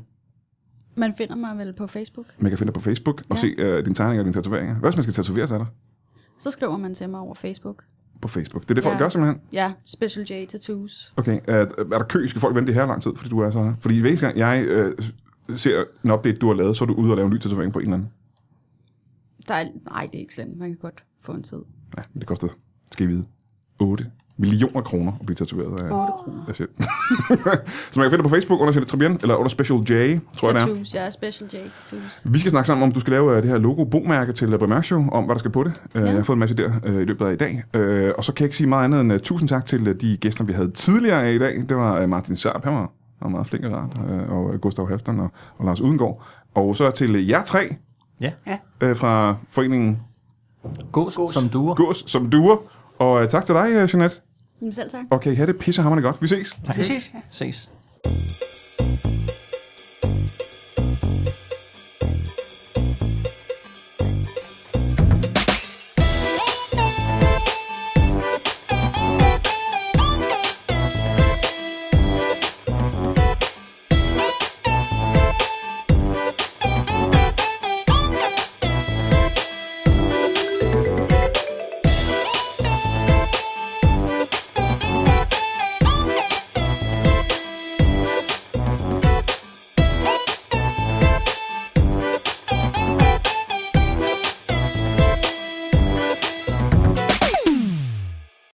Speaker 2: Man finder mig vel på Facebook.
Speaker 1: Man kan finde dig på Facebook og
Speaker 2: Ja.
Speaker 1: se øh, dine tegninger og dine tatoveringer. Hvad hvis man skal tatovere sig af dig?
Speaker 2: Så skriver man til mig over Facebook.
Speaker 1: På Facebook. Det er det, folk
Speaker 2: Ja.
Speaker 1: gør simpelthen.
Speaker 2: Ja, Special J Tattoos.
Speaker 1: Okay, er, er der kø? Skal folk vente i her lang tid, fordi du er så her? Fordi hver eneste gang, jeg øh, ser en update, du har lavet, så er du ude og lave en ny tatovering på en eller anden.
Speaker 2: Der er, nej, det er ikke slemt. Man kan godt få en tid.
Speaker 1: Ja, men det koster, skal I vide, 8 millioner kroner at blive tatoveret af.
Speaker 2: 8 kroner.
Speaker 1: af shit. så man kan finde dig på Facebook under Jeanette Tribien, eller under Special J, tror jeg det er.
Speaker 2: Tattoos, ja. Special J Tattoos.
Speaker 1: Vi skal snakke sammen om, du skal lave øh, det her logo bogmærke til øh, Brimaire Show, om hvad der skal på det. Ja. Jeg har fået en masse der øh, i løbet af i dag. Øh, Og så kan jeg ikke sige meget andet end øh, tusind tak til øh, de gæster, vi havde tidligere af i dag. Det var øh, Martin Sørp, han var, han var meget flink og rart, øh, og øh, Gustav Halfdan og, og Lars Udengård. Og så til øh, jer tre
Speaker 5: Ja.
Speaker 1: øh, fra foreningen
Speaker 5: Gås, Gås. som duer.
Speaker 1: Gås som duer. Og øh, tak til dig, øh, Jeanette.
Speaker 2: Jamen, selv tak.
Speaker 1: Og kan I have det pissehammerende godt. Vi ses.
Speaker 3: Ses. Ses.